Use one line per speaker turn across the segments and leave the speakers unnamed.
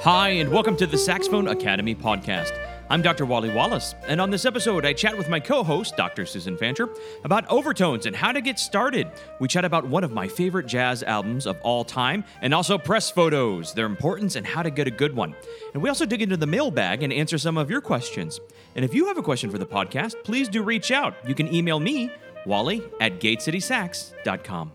Hi, and welcome to the Saxophone Academy podcast. I'm Dr. Wally Wallace, and on this episode, I chat with my co host, Dr. Susan Fancher, about overtones and how to get started. We chat about one of my favorite jazz albums of all time, and also press photos, their importance, and how to get a good one. And we also dig into the mailbag and answer some of your questions. And if you have a question for the podcast, please do reach out. You can email me, wally at gatecitysax.com.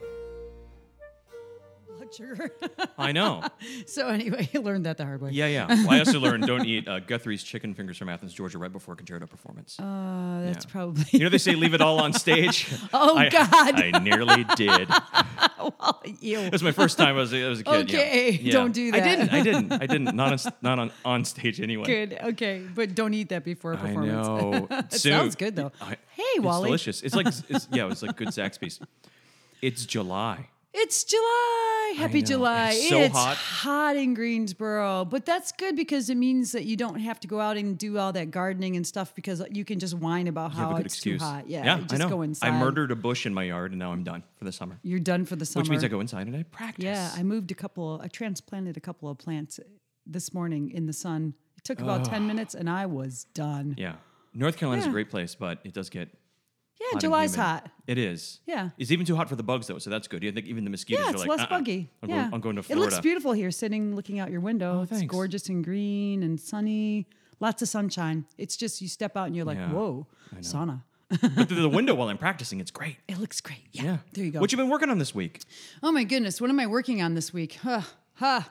blood sugar.
I know.
so anyway, I learned that the hard way.
Yeah, yeah. Well, I also learned don't eat uh, Guthrie's chicken fingers from Athens, Georgia, right before a concerto performance.
Uh, that's
Yeah.
probably.
you know they say leave it all on stage.
Oh,
I,
God.
I nearly did. It
well, ew.
was my first time. I was, I was a kid. yeah.
Okay,
yeah.
don't do
I
that.
didn't. I didn't. I didn't. Not on, s- not on, on stage anyway.
Good. Okay, but don't eat that before a
I
performance.
know.
That sounds good though.
I-
hey,
it's
Wally.
delicious. It's like it's, yeah, it's like good Zaxby's. It's July.
It's July. Happy
know.
July.
It's so hot.
hot in Greensboro, but that's good because it means that you don't have to go out and do all that gardening and stuff because you can just whine about
You have
how
a good
Oh, it's
excuse.
too hot. Yeah, you just
I know.
go inside.
I murdered a bush in my yard, and now I'm done for the summer.
You're done for the summer.
Which means I go inside and I practice.
Yeah, I moved a couple. I transplanted a couple of plants this morning in the sun. It took about ten minutes, and I was done.
Yeah. North Carolina's
Yeah.
a great place, but it does get
Yeah,
hot and
July's
humid.
hot.
It is.
Yeah.
It's even too hot for the bugs though, so that's good. You think even the mosquitoes are
Yeah, it's
like
less
"Uh-uh,
buggy.
I'm,
yeah,
going, I'm going to
It
Florida. Oh,
looks beautiful here, sitting looking out your window. it's
thanks.
gorgeous and green and sunny. Lots of sunshine. It's just you step out and you're like,
Yeah,
whoa, sauna.
but through the window while I'm practicing, it's great.
It looks great. Yeah,
Yeah.
there you go.
What you been working on this week?
Oh my goodness, what am I working on this week? Huh, huh.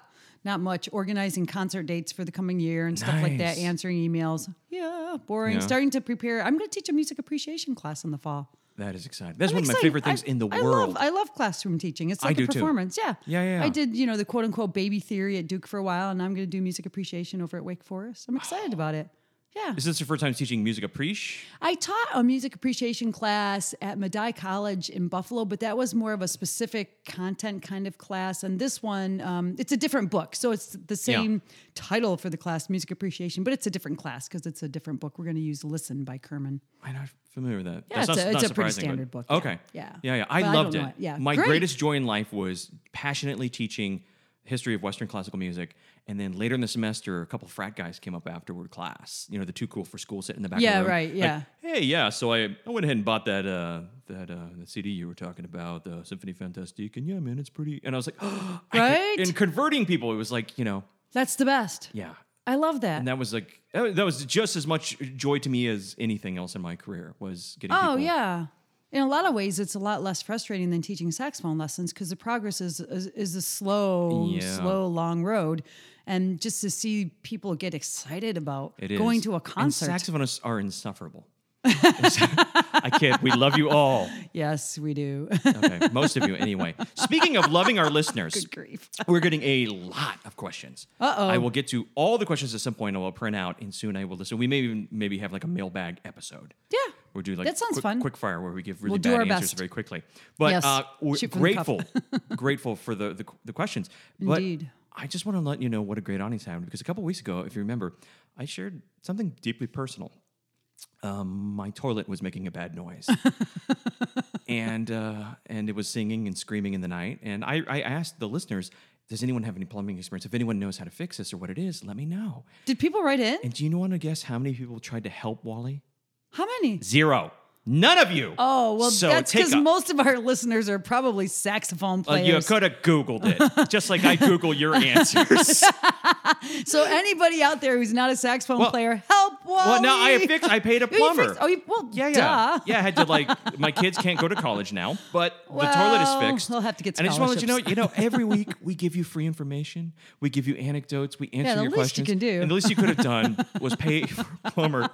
Not much. Organizing concert dates for the coming year and stuff like that,
Nice.
answering emails. Yeah, boring.
Yeah.
Starting to prepare. I'm going to teach a music appreciation class in the fall.
That is exciting. That's
I'm
one of my
excited.
favorite things
I-
in the
I
world.
Love, I love classroom teaching. It's
I
like
do
a
too.
performance. Yeah.
Yeah, yeah, yeah.
I did, you know, the quote unquote baby theory at Duke for a while, and I'm going to do music appreciation over at Wake Forest. I'm excited about it. Yeah.
Is this your first time teaching music appreci?
I taught a music appreciation class at Madai College in Buffalo, but that was more of a specific content kind of class. And this one, um, it's a different book. So it's the same title for the class, Music Appreciation, but it's a different class because it's a different book. We're going to use Listen by Kerman.
I'm not familiar with that.
Yeah,
That's
it's
not,
a-
not
it's a pretty
surprising,
standard
but-
book, yeah.
Okay.
Yeah.
Yeah, yeah. I
But I don't
loved
know
it.
it. Yeah.
My
Great.
greatest joy in life was passionately teaching history of Western classical music. And then later in the semester, a couple frat guys came up afterward class. You know, the too cool for school sit in the back.
Yeah,
of the room.
right,
Like,
yeah.
hey, yeah. So I, I went ahead and bought that uh, that uh, the CD you were talking about, the Symphony Fantastique, and yeah, man, it's pretty. And I was like, I could-
Right?
and converting people, it was like, you know,
That's the best.
yeah.
I love that.
And that was like that was- that was just as much joy to me as anything else in my career was getting.
Oh
people-
yeah. In a lot of ways, it's a lot less frustrating than teaching saxophone lessons because the progress is, is is a slow,
Yeah.
slow, long road, and just to see people get excited about
It is
going to a
And
concert.
saxophonists are insufferable. I kid. We love you all.
yes, we do.
Okay, most of you anyway. Speaking of loving our listeners,
Grief.
we're getting a lot of questions. Uh-oh. I will get to all the questions at some point. I will print out, and soon I will listen. We may even maybe have like a mailbag episode.
Yeah.
We'll do like
That sounds
quick,
fun.
quick fire where we give really
We'll do
bad
our
answers
best.
very quickly. But
Yes.
uh, we're
Shoot from the cup.
grateful, grateful for the the, the questions. But
Indeed.
I just want to let you know what a great audience I have because a couple weeks ago, if you remember, I shared something deeply personal. Um, my toilet was making a bad noise, and uh, and it was singing and screaming in the night. And I, I asked the listeners, "Does anyone have any plumbing experience? If anyone knows how to fix this or what it is, let me know."
Did people write in?
And do you want to guess how many people tried to help Wally?
How many?
Zero. None of you.
Oh well,
So
that's
take
because
a-
most of our listeners are probably saxophone
Uh, you
players.
could have Googled it, just like I Google your answers.
so anybody out there who's not a saxophone
Well-
player, help! Wally.
well, no, I fixed. I paid a
Oh, you
plumber.
fixed- oh, you, well,
yeah, yeah,
duh.
yeah. I had to like my kids can't go to college now, but the toilet
Well,
is fixed.
they'll have to get
And I just want to let you know,
scholarships.
you know, every week we give you free information, we give you anecdotes, we answer
the
your
least you
questions.
can do.
And the least you could have done was pay for a plumber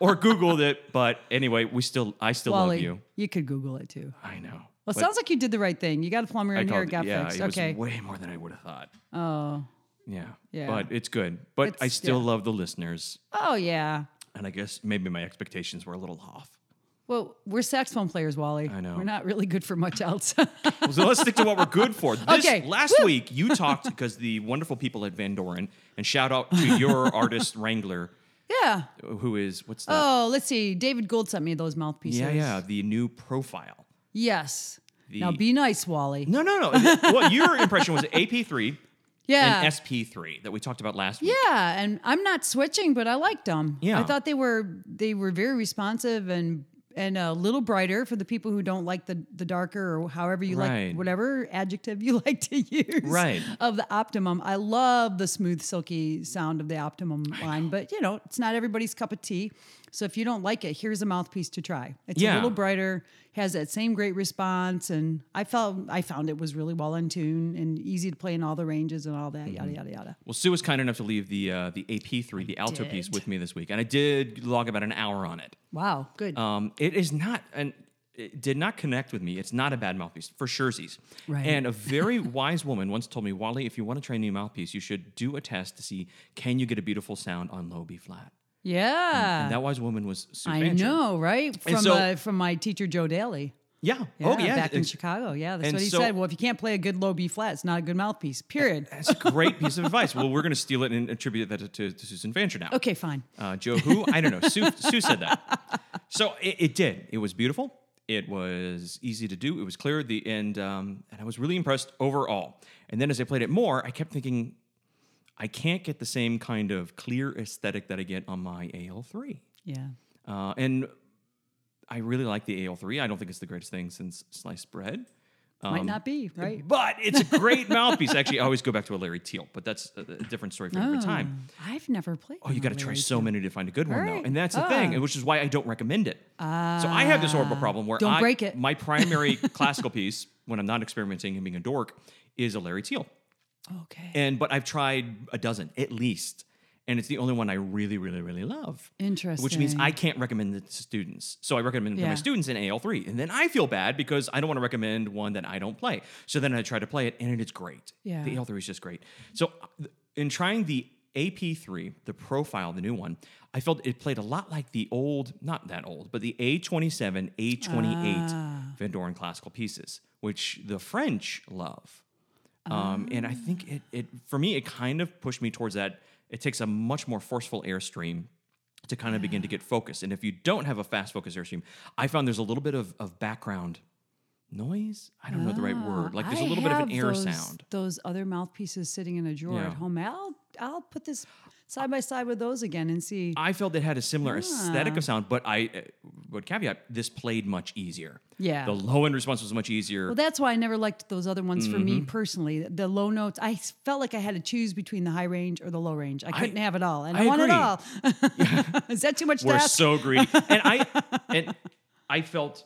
or Googled it. But anyway, we still, I still
Wally,
love you.
could Google it too.
I know.
Well, it sounds like you did the right thing. You got a plumber in here, it got
yeah,
fixed.
it was
okay.
way more than I would have thought.
oh,
Yeah,
Yeah.
But it's good. But I
It's-
still
yeah.
love the listeners.
oh yeah.
and I guess maybe my expectations were a little off.
Well, we're saxophone players, Wally. I
know.
We're not really good for much else.
So let's stick to what we're good for. This
Okay.
last week you talked because the wonderful people at Van Doren and shout out to your artist Wrangler,
yeah.
who is what's that?
Oh, let's see. David Gould sent me those mouthpieces.
yeah, yeah, the new profile.
Yes.
The-
now be nice, Wally.
No, no, no. Well, your impression was AP three,
Yeah.
and SP3 that we talked about last week.
Yeah, and I'm not switching, but I liked them.
Yeah.
I thought they were they were very responsive and and a little brighter for the people who don't like the the darker or however you
Right.
like whatever adjective you like to use.
Right.
Of the optimum, I love the smooth, silky sound of the optimum line, but you know it's not everybody's cup of tea. So if you don't like it, here's a mouthpiece to try. It's
Yeah.
a little brighter, has that same great response, and I felt I found it was really well in tune and easy to play in all the ranges and all that yada
Mm-hmm.
yada yada.
Well, Sue was kind enough to leave the uh, the AP3, the alto piece,
did.
with me this week, and I did log about an hour on it.
Wow, good.
Um, it is not and it did not connect with me. It's not a bad mouthpiece for surezies.
Right.
And a very wise woman once told me, Wally, if you want to try a new mouthpiece, you should do a test to see can you get a beautiful sound on low B flat.
Yeah.
And that wise woman was Sue
Uh, I
Fancher.
know, right? From
so-
uh, from my teacher Joe Daly.
Yeah. oh yeah.
back in
It's-
Chicago. Yeah, that's
and
what he
so-
said. Well, if you can't play a good low B flat, it's not a good mouthpiece. Period.
That's a great piece of advice. Well, we're going to steal it and attribute that to, to, to Susan Fancher now.
Okay, fine.
Uh, Joe, who I don't know. Sue, Sue said that. So it, it did. It was beautiful. It was easy to do. It was clear. The and um, and I was really impressed overall. And then as I played it more, I kept thinking, I can't get the same kind of clear aesthetic that I get on my AL3.
Yeah.
Uh, and I really like the AL3. I don't think it's the greatest thing since sliced bread.
Might
Um,
not be, right?
But it's a great mouthpiece. Actually, I always go back to a Larry Teal, but that's a, a different story for another time.
I've never played.
Oh, you got to try so many to find a good one,
Right.
though. And that's the thing, and which is why I don't recommend it. so I have this horrible problem where
Ah. Don't
I,
break it.
my primary classical piece, when I'm not experimenting and being a dork, is a Larry Teal.
Okay.
And but I've tried a dozen at least, and it's the only one I really, really, really love. Which means
Interesting.
I can't recommend it to students. So I recommend it to my
Yeah.
students in AL3, and then I feel bad because I don't want to recommend one that I don't play. So then I try to play it, and it's great.
Yeah.
the AL3 is just great. So uh, in trying the AP3, the profile, the new one, I felt it played a lot like the old, not that old, but the A27, A28
Ah.
Van Doren classical pieces, which the French love. Um, And I
Oh.
think it, it, for me, it kind of pushed me towards that. It takes a much more forceful airstream to kind of begin to get focused. And if you don't have a fast focus airstream, I found there's a little bit of, of background noise. I don't know the right word. Like there's a
Ah, I
little bit of an
have
air
those-
sound.
Those other mouthpieces sitting in a drawer
Yeah.
at home. I'll I'll put this side by side with those again and see.
I felt it had a similar aesthetic of sound, but I, uh, but caveat, this played much easier.
Yeah.
The low end response was much easier.
Well, that's why I never liked those other ones for
Mm-hmm.
me personally. The low notes, I felt like I had to choose between the high range or the low range. I couldn't have it all, and I,
I
want
agree.
it all. Is that too much to
We're
ask?
so greedy. and I, and I felt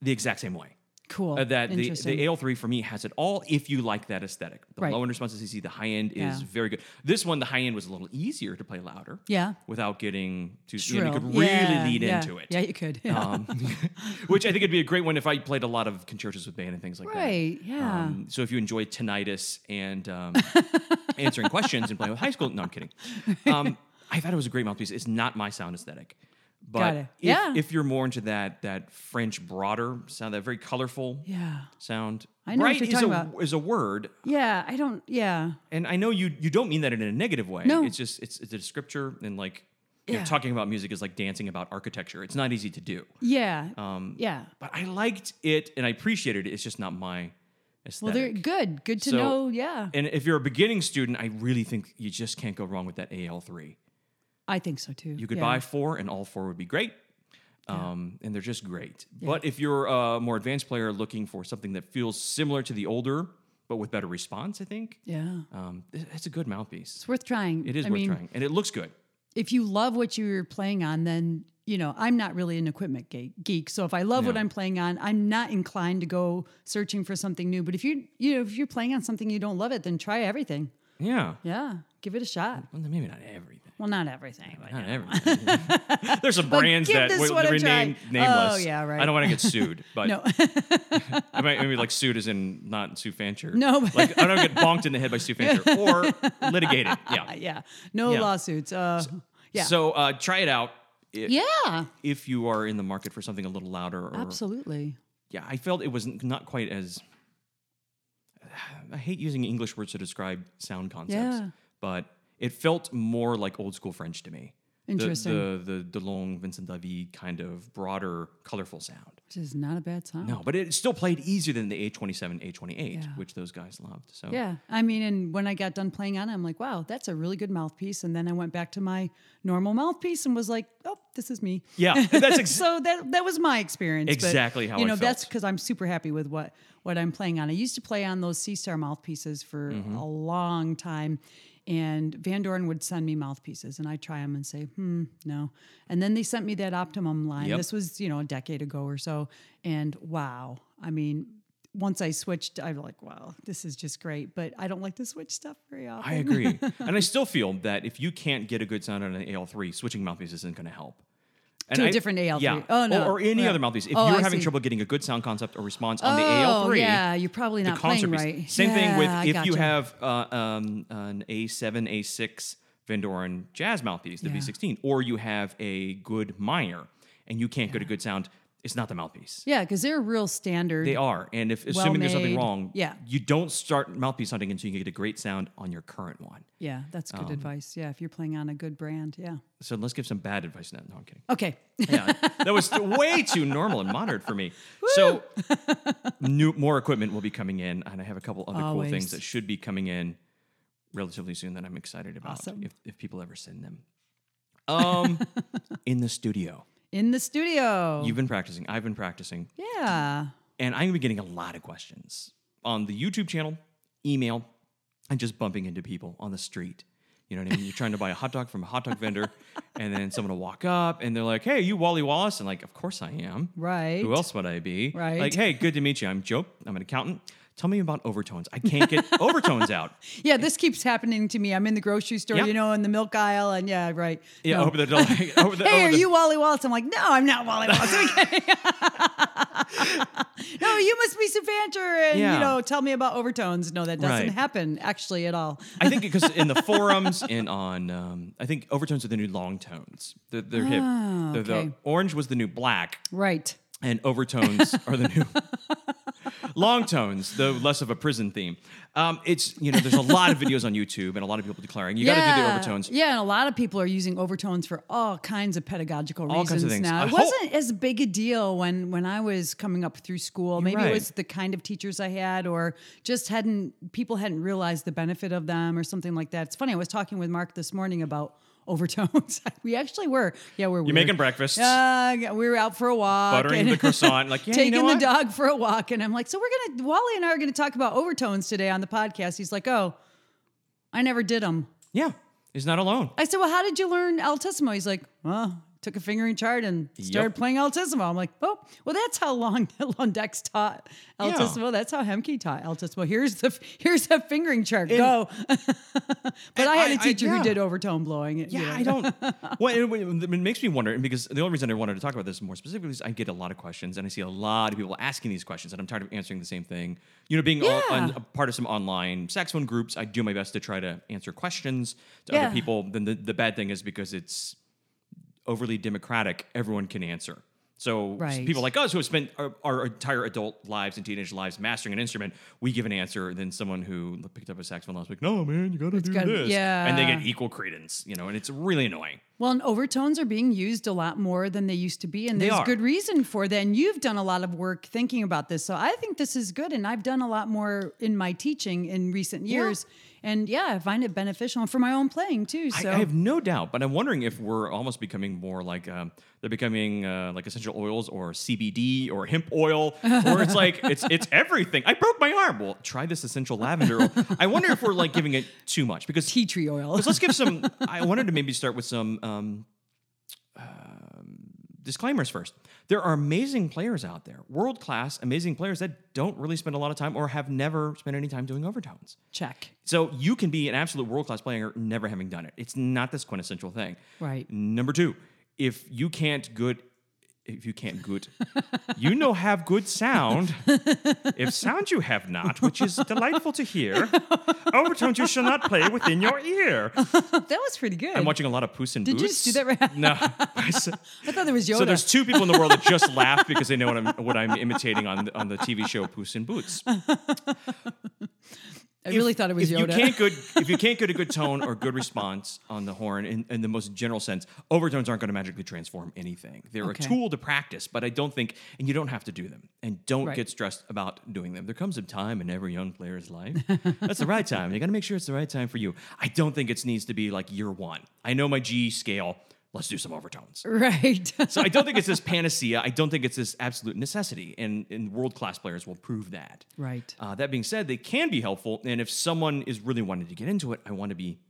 the exact same way.
cool.
Uh, that the,
Interesting.
the AL3 for me has it all if you like that aesthetic. The
Right.
low end response is easy, the high end is
Yeah.
very good. This one, the high end was a little easier to play louder.
Yeah.
Without getting too you, know, you
Shrill.
could really
Yeah,
lead
yeah.
into it.
Yeah, you could. Yeah.
Um, which I think would be a great one if I played a lot of concertos with band and things like that.
Right, yeah.
Um, so if you enjoy tinnitus and um, answering questions and playing with high school, no, I'm kidding. Um, I thought it was a great mouthpiece. It's not my sound aesthetic, but
Got it.
if,
Yeah.
if you're more into that that French broader sound, that very colorful
yeah.
sound,
I know what
bright
you're
is
talking
a,
about.
is a word,
Yeah. I don't. Yeah.
and I know you you don't mean that in a negative way.
No.
It's just it's it's a descriptor and like. You know,
Yeah.
talking about music is like dancing about architecture. It's not easy to do.
Yeah.
um,
yeah.
But I liked it and I appreciated it. It's just not my
Well, they're
aesthetic.
good. Good to
So-
know. Yeah.
and if you're a beginning student, I really think you just can't go wrong with that AL3.
I think so too.
You could
yeah.
buy four, and all four would be great. Um, And they're just great. But if you're a more advanced player looking for something that feels similar to the older, but with better response, I think
Yeah.
um, it- it's a good mouthpiece.
It's worth trying.
It is
I
worth
mean,
trying, and it looks good.
if you love what you're playing on, then you know I'm not really an equipment ge- geek. So if I love what
Yeah.
I'm playing on, I'm not inclined to go searching for something new. But if you you know if you're playing on something you don't love it, then try everything.
Yeah.
Yeah, give it a shot.
Well, maybe not everything.
Well, not everything. But
Not everything. There's some brands
give
that
this
were
one a
were named
try.
nameless.
Oh, yeah, right.
I don't want to get sued, but
no,
I might maybe like sued as in not Sue Fancher.
No, but-
like I don't get bonked in the head by Sue Fancher or litigated. Yeah.
yeah, no
Yeah.
lawsuits. Uh, yeah,
So uh, try it out i-
yeah,
if you are in the market for something a little louder. Or,
absolutely.
Yeah, I felt it was n- not quite as. I hate using English words to describe sound concepts,
Yeah.
but it felt more like old school French to me.
Interesting.
The, the, the DeLong, Vincent Davy kind of broader, colorful sound.
Which is not a bad sound.
No, but it still played easier than the A27, A28,
Oh. Yeah.
which those guys loved. So
Yeah. I mean, and when I got done playing on it, I'm like, wow, that's a really good mouthpiece. And then I went back to my normal mouthpiece and was like, oh, this is me.
Yeah, that's ex-
so that that was my experience. but,
Exactly how
you
I
know. That's
felt.
because I'm super happy with what what I'm playing on. I used to play on those C Star mouthpieces for
Mm-hmm.
a long time, and Van Doren would send me mouthpieces, and I try them and say, hmm, no. And then they sent me that Optimum line.
Yep.
This was you know a decade ago or so, and wow, I mean. Once I switched, I'm like, wow, this is just great. But I don't like to switch stuff very often.
I agree. and I still feel that if you can't get a good sound on an AL3, switching mouthpiece isn't going to help. And
To a
I-
different AL3.
Yeah.
Oh, no.
Or, or any
Yeah.
other mouthpiece. If
Oh,
you're
I
having
see.
trouble getting a good sound concept or response on the
Oh,
AL3,
yeah, you're probably
the
not
concert
playing
piece.
right.
Same thing with
Yeah, I
if you
gotcha.
have uh, um, an A7, A6 Van Doren jazz mouthpiece, the
Yeah.
V16, or you have a good Meyer and you can't get a good sound, it's not the mouthpiece.
Yeah, because they're real standard.
They are. And if assuming there's something
Well-made.
wrong,
Yeah.
you don't start mouthpiece hunting until you get a great sound on your current one.
Yeah, that's
Um,
good advice. Yeah, if you're playing on a good brand, yeah.
So let's give some bad advice now. No, I'm kidding.
Okay.
Yeah, that was way too normal and modern for me. So, new more equipment will be coming in, and I have a couple other cool things
Always.
that should be coming in relatively soon that I'm excited about.
Awesome.
If, if people ever send them, um, in the studio,
In the studio.
you've been practicing. I've been practicing,
yeah.
and I'm gonna be getting a lot of questions on the YouTube channel, email, and just bumping into people on the street. You know what I mean? You're trying to buy a hot dog from a hot dog vendor, and then someone will walk up and they're like, "Hey, you Wally Wallace?" And like, of course I am.
Right.
Who else would I be?
Right.
Like, hey, good to meet you. I'm Joe. I'm an accountant. Tell me about overtones. I can't get overtones out.
Yeah, this keeps happening to me. I'm in the grocery store,
Yeah.
you know, in the milk aisle, and yeah, right.
Yeah,
No.
over the like, over the,
Hey,
over
are
the-
you Wally Wallace? I'm like, no, I'm not Wally Wallace. Okay. no, you must be Sufanter, and
Yeah.
you know, tell me about overtones. No, that doesn't
Right.
happen actually at all.
I think because in the forums and on, um, I think overtones are the new long tones. They're, they're hip. They're
Ah, okay.
the orange was the new black,
Right.
and overtones are the new long tones, though less of a prison theme. Um, it's you know, there's a lot of videos on YouTube and a lot of people declaring you got to do the overtones.
Yeah, and a lot of people are using overtones for all kinds of pedagogical
All
reasons
kinds of things.
now.
I
It
hope-
wasn't as big a deal when when I was coming up through school. Maybe
right.
it was the kind of teachers I had or just hadn't people hadn't realized the benefit of them or something like that. It's funny, I was talking with Mark this morning about overtones. we actually were. Yeah, we're
You're making breakfast,
uh, we were out for a walk,
buttering
and-
the croissant, like yeah, you
taking
know
the
what?
dog for a walk, and I'm like, so we're gonna Wally and I are gonna talk about overtones today on the podcast. He's like, oh, I never did them.
Yeah, he's not alone.
I said, "Well, how did you learn altissimo?" He's like, "Well, took a fingering chart and started
Yep.
playing altissimo." I'm like, "Oh, well, that's how long Londex taught altissimo. That's how Hemke taught altissimo. Here's the here's the fingering chart. Go." but I
I-
had
I-
a teacher
yeah.
who did overtone blowing. you know.
Yeah, I don't. Well, it, it makes me wonder, and because the only reason I wanted to talk about this more specifically is I get a lot of questions, and I see a lot of people asking these questions, and I'm tired of answering the same thing. You know, being all-
Yeah.
on- a part of some online saxophone groups, I do my best to try to answer questions to
Yeah.
other people. Then the, the bad thing is because it's overly democratic, everyone can answer. So
Right.
people like us who have spent our, our entire adult lives and teenage lives mastering an instrument, we give an answer. Then someone who picked up a saxophone last week, no man, you gotta do
gotta-
this, Mm-hmm. and they
yeah.
get equal credence, you know, and it's really annoying.
Well, and overtones are being used a lot more than they used to be, and
They
there's
are.
good reason for that. And you've done a lot of work thinking about this, so I think this is good. And I've done a lot more in my teaching in recent years, and yeah, I find it beneficial and for my own playing too.
I-
So
I, have no doubt, but I'm wondering if we're almost becoming more like um, they're becoming uh, like essential oils or CBD or hemp oil, where it's like it's it's everything. I broke my arm. Well, try this essential lavender. oil. I wonder if we're like giving it too much because
tea tree oil.
let's give some. I wanted to maybe start with some um, um, disclaimers first. There are amazing players out there, world class, amazing players that don't really spend a lot of time or have never spent any time doing overtones.
Check.
So you can be an absolute world class player never having done it. It's not this quintessential thing.
Right.
Number two, if you can't good, if you can't good, you know have good sound. if sound you have not, which is delightful to hear, overtones you shall not play within your ear.
That was pretty good.
I'm watching a lot of Puss in
Did you
Boots.
just do that right-
No. I said-
I thought there was Yoda.
so there's two people in the world that just laugh because they know what I'm what I'm imitating on on the TV show Puss in Boots.
I really thought it was
if
Yoda.
You can't good if you can't get a good tone or good response on the horn in, in the most general sense, overtones aren't going to magically transform anything. They're
Okay.
a tool to practice, but I don't think and you don't have to do them. And don't
Right.
get stressed about doing them. There comes a time in every young player's life. That's the right time. You got to make sure it's the right time for you. I don't think it needs to be like year 1. I know my G scale. Let's do some overtones.
right.
So I don't think it's this panacea. I don't think it's this absolute necessity. And, and world class players will prove that.
right.
Uh, that being said, they can be helpful. And if someone is really wanting to get into it, I want to be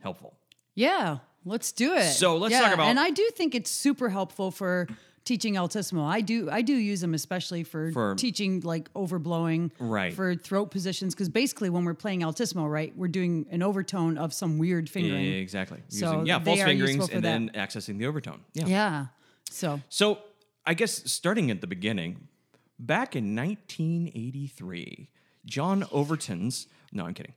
helpful.
Yeah, let's do it.
So let's
Yeah,
talk about-
And I do think it's super helpful for teaching altissimo. I do I do use them especially for,
For-
teaching like overblowing,
Right.
For throat positions because basically when we're playing altissimo, right, we're doing an overtone of some weird
Yeah,
fingering.
exactly.
So
Using, yeah,
they
false
are
fingerings
useful for
and
that.
then accessing the overtone. Yeah.
Yeah. So
So I guess starting at the beginning, back in 1983, John Overton's. No, I'm kidding.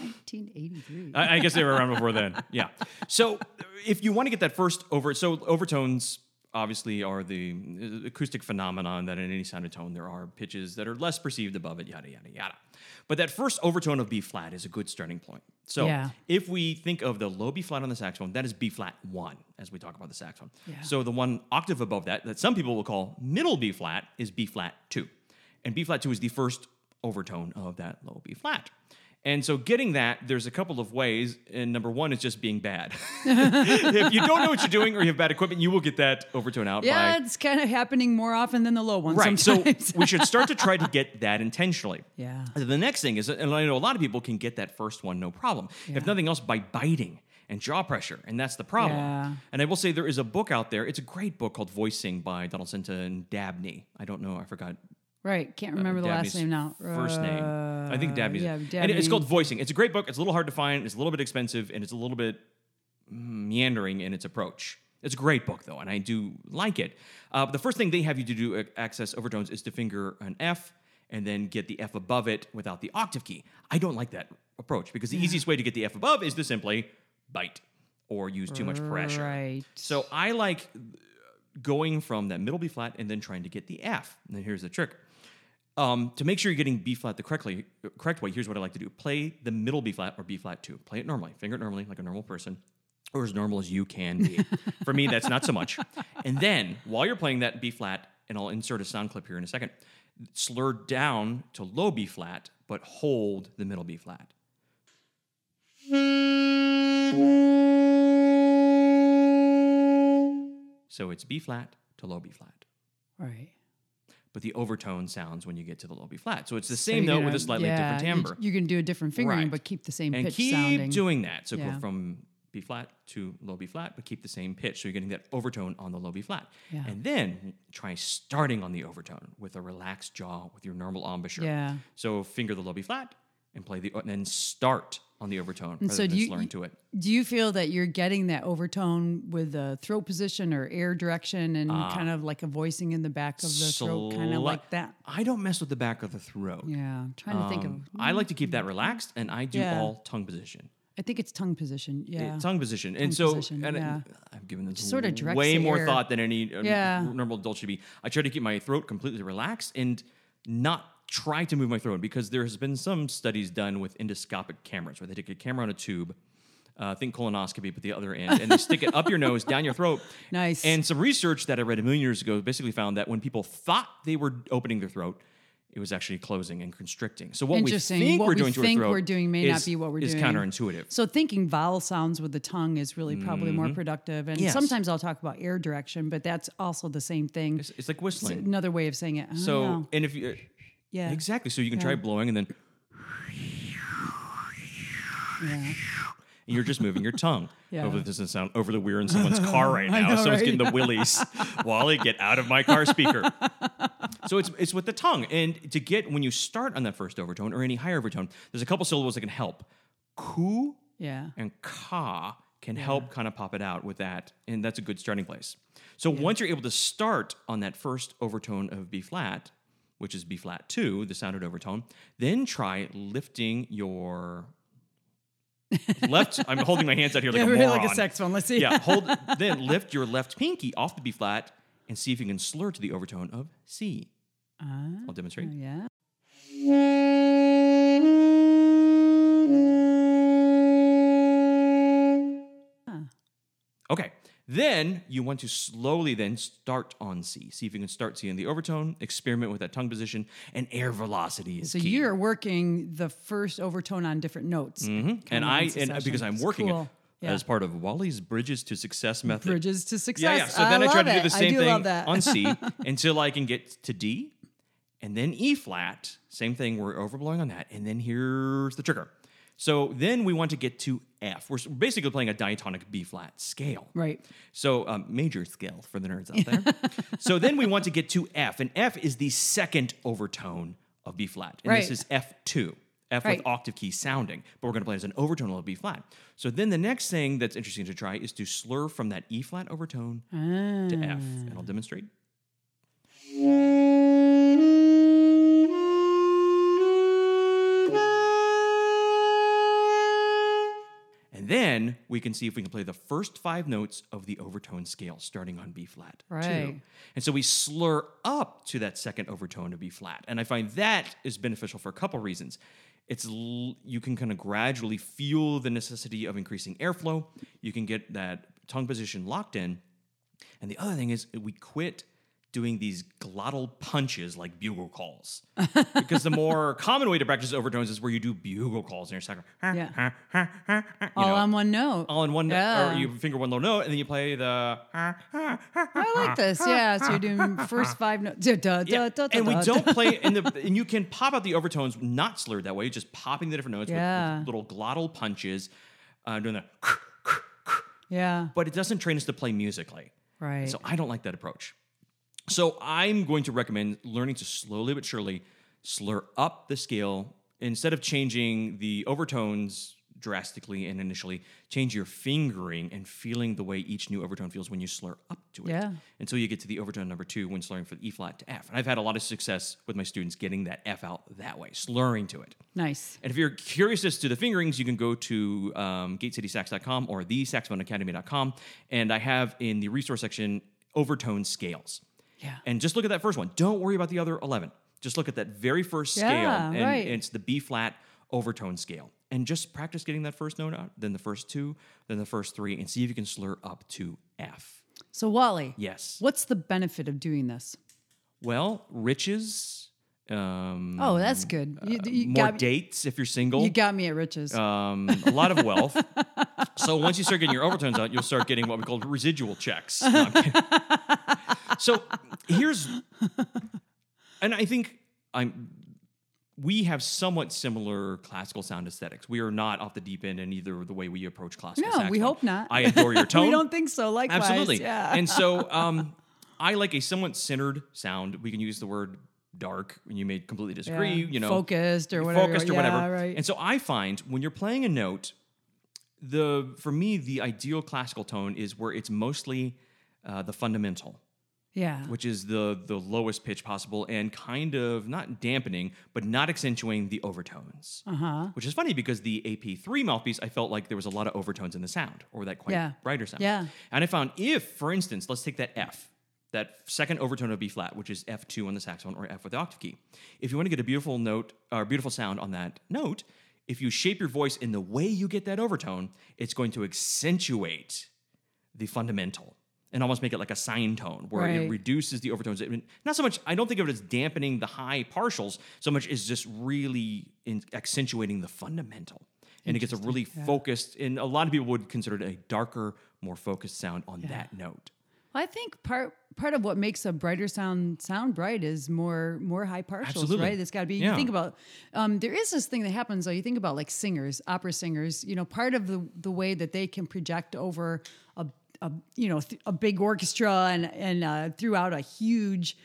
1983.
I, I guess they were around before then. Yeah. So if you want to get that first over, so overtones obviously are the uh, acoustic phenomenon that in any sound and tone there are pitches that are less perceived above it, yada yada yada. But that first overtone of B flat is a good starting point. So
Yeah.
if we think of the low B flat on the saxophone, that is B flat one as we talk about the saxophone.
Yeah.
So the one octave above that, that some people will call middle B flat, is B flat two. And B flat two is the first overtone of that low B flat. And so getting that, there's a couple of ways. And number one is just being bad. if you don't know what you're doing or you have bad equipment, you will get that overtone out by
yeah, it's kind of happening more often than the low one
Right.
sometimes.
So we should start to try to get that intentionally.
Yeah.
The next thing is, and I know a lot of people can get that first one no problem, if nothing else by biting and jaw pressure, and that's the problem.
Yeah.
And I will say there is a book out there. It's a great book called Voicing by Donaldson and Dabney. I don't know. I forgot.
right. Can't remember the last
Dabney's
name now.
Uh,
Uh,
First name. I think Dabney's.
yeah,
And it's
Dabney.
called Voicing. It's a great book. It's a little hard to find. It's a little bit expensive, and it's a little bit meandering in its approach. It's a great book though, and I do like it. Uh, but the first thing they have you to do uh, access overtones is to finger an F and then get the F above it without the octave key. I don't like that approach because the easiest way to get the F above is to simply bite or use too much pressure.
Right.
So I like going from that middle B flat and then trying to get the F. And then here's the trick. Um, to make sure you're getting B flat the correctly correct way, here's what I like to do: play the middle B flat or B flat two. Play it normally, finger it normally like a normal person, or as normal as you can be. For me, that's not so much. And then while you're playing that B flat, and I'll insert a sound clip here in a second, slur down to low B flat, but hold the middle B flat. So it's B flat to low B flat
right.
but the overtone sounds when you get to the low B flat. So it's the
So
same
you're
note
gonna-
with a slightly
yeah,
different
you-
timbre.
You, can do a different fingering,
Right.
but keep the same
and
pitch
keep
sounding.
doing that. So
Yeah.
go from B flat to low B flat, but keep the same pitch. So you're getting that overtone on the low B flat.
Yeah.
And then try starting on the overtone with a relaxed jaw with your normal embouchure.
Yeah.
So finger the low B flat and play the and then start on the overtone rather
so
than
do you-
slurring to it.
Do you feel that you're getting that overtone with the throat position or air direction and kind of like a voicing in the back of the throat, kind of
Ah. Sli-
like that?
I don't mess with the back of the throat.
Yeah, I'm trying to think of. Mm.
Um, I like to keep that relaxed and I do
Yeah.
all tongue position.
I think it's tongue position. Yeah,
tongue position. and so,
position,
and
yeah.
I, I've given this
sort of directs
way
the
more
air.
thought than any uh,
Yeah.
normal adult should be. I try to keep my throat completely relaxed and not try to move my throat because there has been some studies done with endoscopic cameras where they take a camera on a tube. Uh, think colonoscopy, but the other end, and they stick it up your nose, down your throat.
Nice.
And some research that I read a million years ago basically found that when people thought they were opening their throat, it was actually closing and constricting. So what we
Interesting.
think
What
we're
we
doing
think
to our throat
we're doing may not
is-
be what we're
is
doing.
counterintuitive.
So thinking vowel sounds with the tongue is really probably more productive. And
Mm-hmm. Yes.
sometimes I'll talk about air direction, but that's also the same thing.
It's, it's like whistling.
Another way of saying it. I don't
So,
know.
and if you uh,
yeah,
exactly, so you can try blowing, and then
yeah.
you're just moving your tongue.
Yeah.
Hopefully, this doesn't sound overly weird in someone's car right now.
know,
Someone's
right?
getting the willies. Wally, get out of my car speaker. so it's it's with the tongue, and to get when you start on that first overtone or any higher overtone, there's a couple syllables that can help. Ku
yeah.
and ka can help kind of pop it out with that, and that's a good starting place. So once you're able to start on that first overtone of B flat, which is B flat two, the sounded overtone, then try lifting your left. I'm holding my hands out here like
yeah
a
we're
moron.
like a saxophone. Let's see.
yeah, hold then lift your left pinky off the B flat and see if you can slur to the overtone of C.
Ah,
I'll demonstrate.
yeah.
So Okay. Then you want to slowly then start on C. See if you can start seeing the overtone, experiment with that tongue position, and air velocity is
So
key.
you're working the first overtone on different notes.
Mhm. and I and because I'm working
Cool.
it
Yeah.
as part of Wally's Bridges to Success method.
Bridges to
Yeah,
success.
yeah. So then I,
love
try to do
it.
the same
I do
thing
love that.
on C until I can get to D, and then E flat. Same thing. We're overblowing on that, and then here's the trigger. So then we want to get to F. We're s- basically playing a diatonic B flat scale.
right.
So um, major scale for the nerds out there. so then we want to get to F, and F is the second overtone of B flat, and this
Right.
is F two. F
Right.
with octave key sounding, but we're going to play it as an overtone of B flat. So then the next thing that's interesting to try is to slur from that E flat overtone
Ah.
to F,
Hmm.
and I'll demonstrate. And then we can see if we can play the first five notes of the overtone scale, starting on B flat. two.
Right.
And so we slur up to that second overtone of B flat. And I find that is beneficial for a couple reasons. It's l- you can kind of gradually feel the necessity of increasing airflow. You can get that tongue position locked in. And the other thing is we quit doing these glottal punches like bugle calls. because the more common way to practice overtones is where you do bugle calls in your second.
Yeah.
you
All
know,
on one note.
all in one
Yeah.
or you finger one low note and then you play the
I like this. Yeah. So you're doing first five notes. Duh, duh,
yeah.
duh, duh,
and we
duh, duh.
don't play in the and you can pop out the overtones not slurred that way just popping the different notes with-
Yeah.
with, little glottal punches uh, doing that
Yeah.
but it doesn't train us to play musically
Right.
so I don't like that approach. So I'm going to recommend learning to slowly but surely slur up the scale instead of changing the overtones drastically and initially change your fingering and feeling the way each new overtone feels when you slur up to it
Yeah.
until you get to the overtone number two when slurring from E flat to F. And I've had a lot of success with my students getting that F out that way, slurring to it.
nice.
And if you're curious as to the fingerings, you can go to um, gatecitysax.com or thesaxophoneacademy.com. And I have in the resource section overtone scales.
Yeah.
And just look at that first one. Don't worry about the other 11. Just look at that very first scale.
Yeah,
And
right.
it's the B flat overtone scale. And just practice getting that first note out, then the first two, then the first three, and see if you can slur up to F.
So Wally.
Yes.
What's the benefit of doing this?
Well, riches. Um,
Oh, that's good. You, you
more
got me-
dates if you're single.
you got me at riches.
um, a lot of wealth. so once you start getting your overtones out, you'll start getting what we call residual checks. No, I'm kidding. so here's, and I think I'm. We have somewhat similar classical sound aesthetics. We are not off the deep end in either the way we approach classical.
No, we
saxophone.
hope not.
I adore your tone.
we don't think so. Likewise.
Absolutely.
Yeah.
And so um, I like a somewhat centered sound. We can use the word dark, and you may completely disagree.
Yeah.
You know,
focused or whatever.
focused or
yeah,
whatever.
Right.
And so I find when you're playing a note, the for me the ideal classical tone is where it's mostly uh, the fundamental,
yeah.
which is the the lowest pitch possible, and kind of not dampening, but not accentuating the overtones.
Uh huh.
Which is funny because the AP3 mouthpiece, I felt like there was a lot of overtones in the sound, or that quite
Yeah.
brighter sound.
Yeah.
And I found if, for instance, let's take that F, that second overtone of B flat, which is F2 on the saxophone or F with the octave key. If you want to get a beautiful note or beautiful sound on that note, if you shape your voice in the way you get that overtone, it's going to accentuate the fundamental and almost make it like a sine tone where it
Right.
reduces the overtones. I mean, not so much, I don't think of it as dampening the high partials so much as just really in accentuating the fundamental. And it gets a really focused, and a lot of people would consider it a darker, more focused sound on that note.
Well, I think part part of what makes a brighter sound sound bright is more more high partials,
Absolutely.
right? It's got to be.
Yeah.
You think about um, there is this thing that happens though. You think about like singers, opera singers. You know, part of the the way that they can project over a, a you know th- a big orchestra and and uh, throughout a huge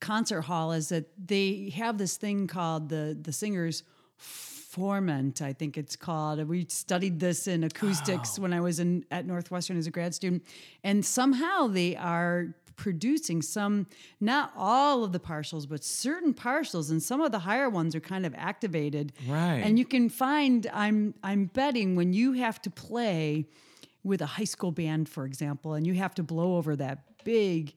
concert hall is that they have this thing called the the singers. Formant, I think it's called. And We studied this in acoustics when I was in at Northwestern as a grad student, and somehow they are producing some, not all of the partials, but certain partials, and some of the higher ones are kind of activated.
Right.
And you can find, I'm I'm betting, when you have to play with a high school band, for example, and you have to blow over that big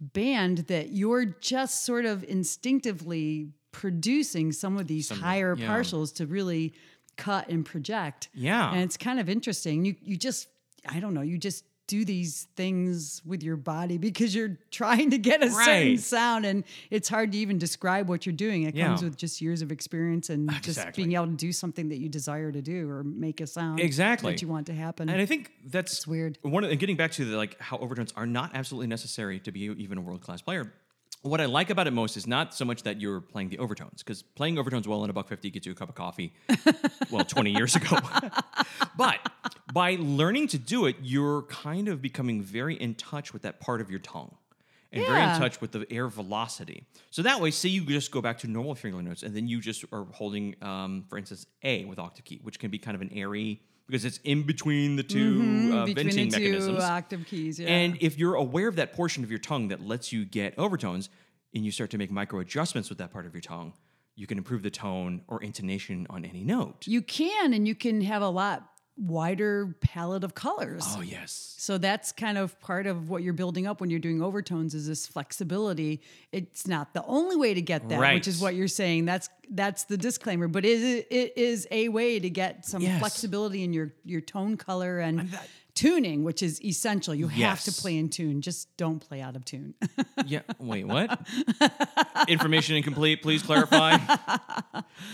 band that you're just sort of instinctively producing some of these higher
yeah.
partials to really cut and project.
Yeah.
And it's kind of interesting. You you just I don't know, you just do these things with your body because you're trying to get a certain
Right.
sound and it's hard to even describe what you're doing. It
Yeah.
comes with just years of experience and just
Exactly.
being able to do something that you desire to do or make a sound
Exactly.
that you want to happen.
And I think that's
Hmm. weird.
One of- and getting back to the, like how overtones are not absolutely necessary to be even a world class player. What I like about it most is not so much that you're playing the overtones, because playing overtones well in a buck fifty gets you a cup of coffee. well, twenty years ago, but by learning to do it, you're kind of becoming very in touch with that part of your tongue. And very in
Yeah.
touch with the air velocity. So that way, say you just go back to normal finger notes, and then you just are holding, um, for instance, A with octave key, which can be kind of an airy because it's in between the 2 uh,
Mm-hmm, between
venting
the two
mechanisms.
octave keys, yeah.
And if you're aware of that portion of your tongue that lets you get overtones, and you start to make micro adjustments with that part of your tongue, you can improve the tone or intonation on any note.
you can, and you can have a lot wider palette of colors.
Oh yes.
So that's kind of part of what you're building up when you're doing overtones is this flexibility. It's not the only way to get that,
Right.
which is what you're saying. That's that's the disclaimer, but it is, it is a way to get some
Yes.
flexibility in your your tone color and tuning, which is essential. You have
Yes.
to play in tune. Just don't play out of tune.
Yeah. Wait. What? Information incomplete. Please clarify.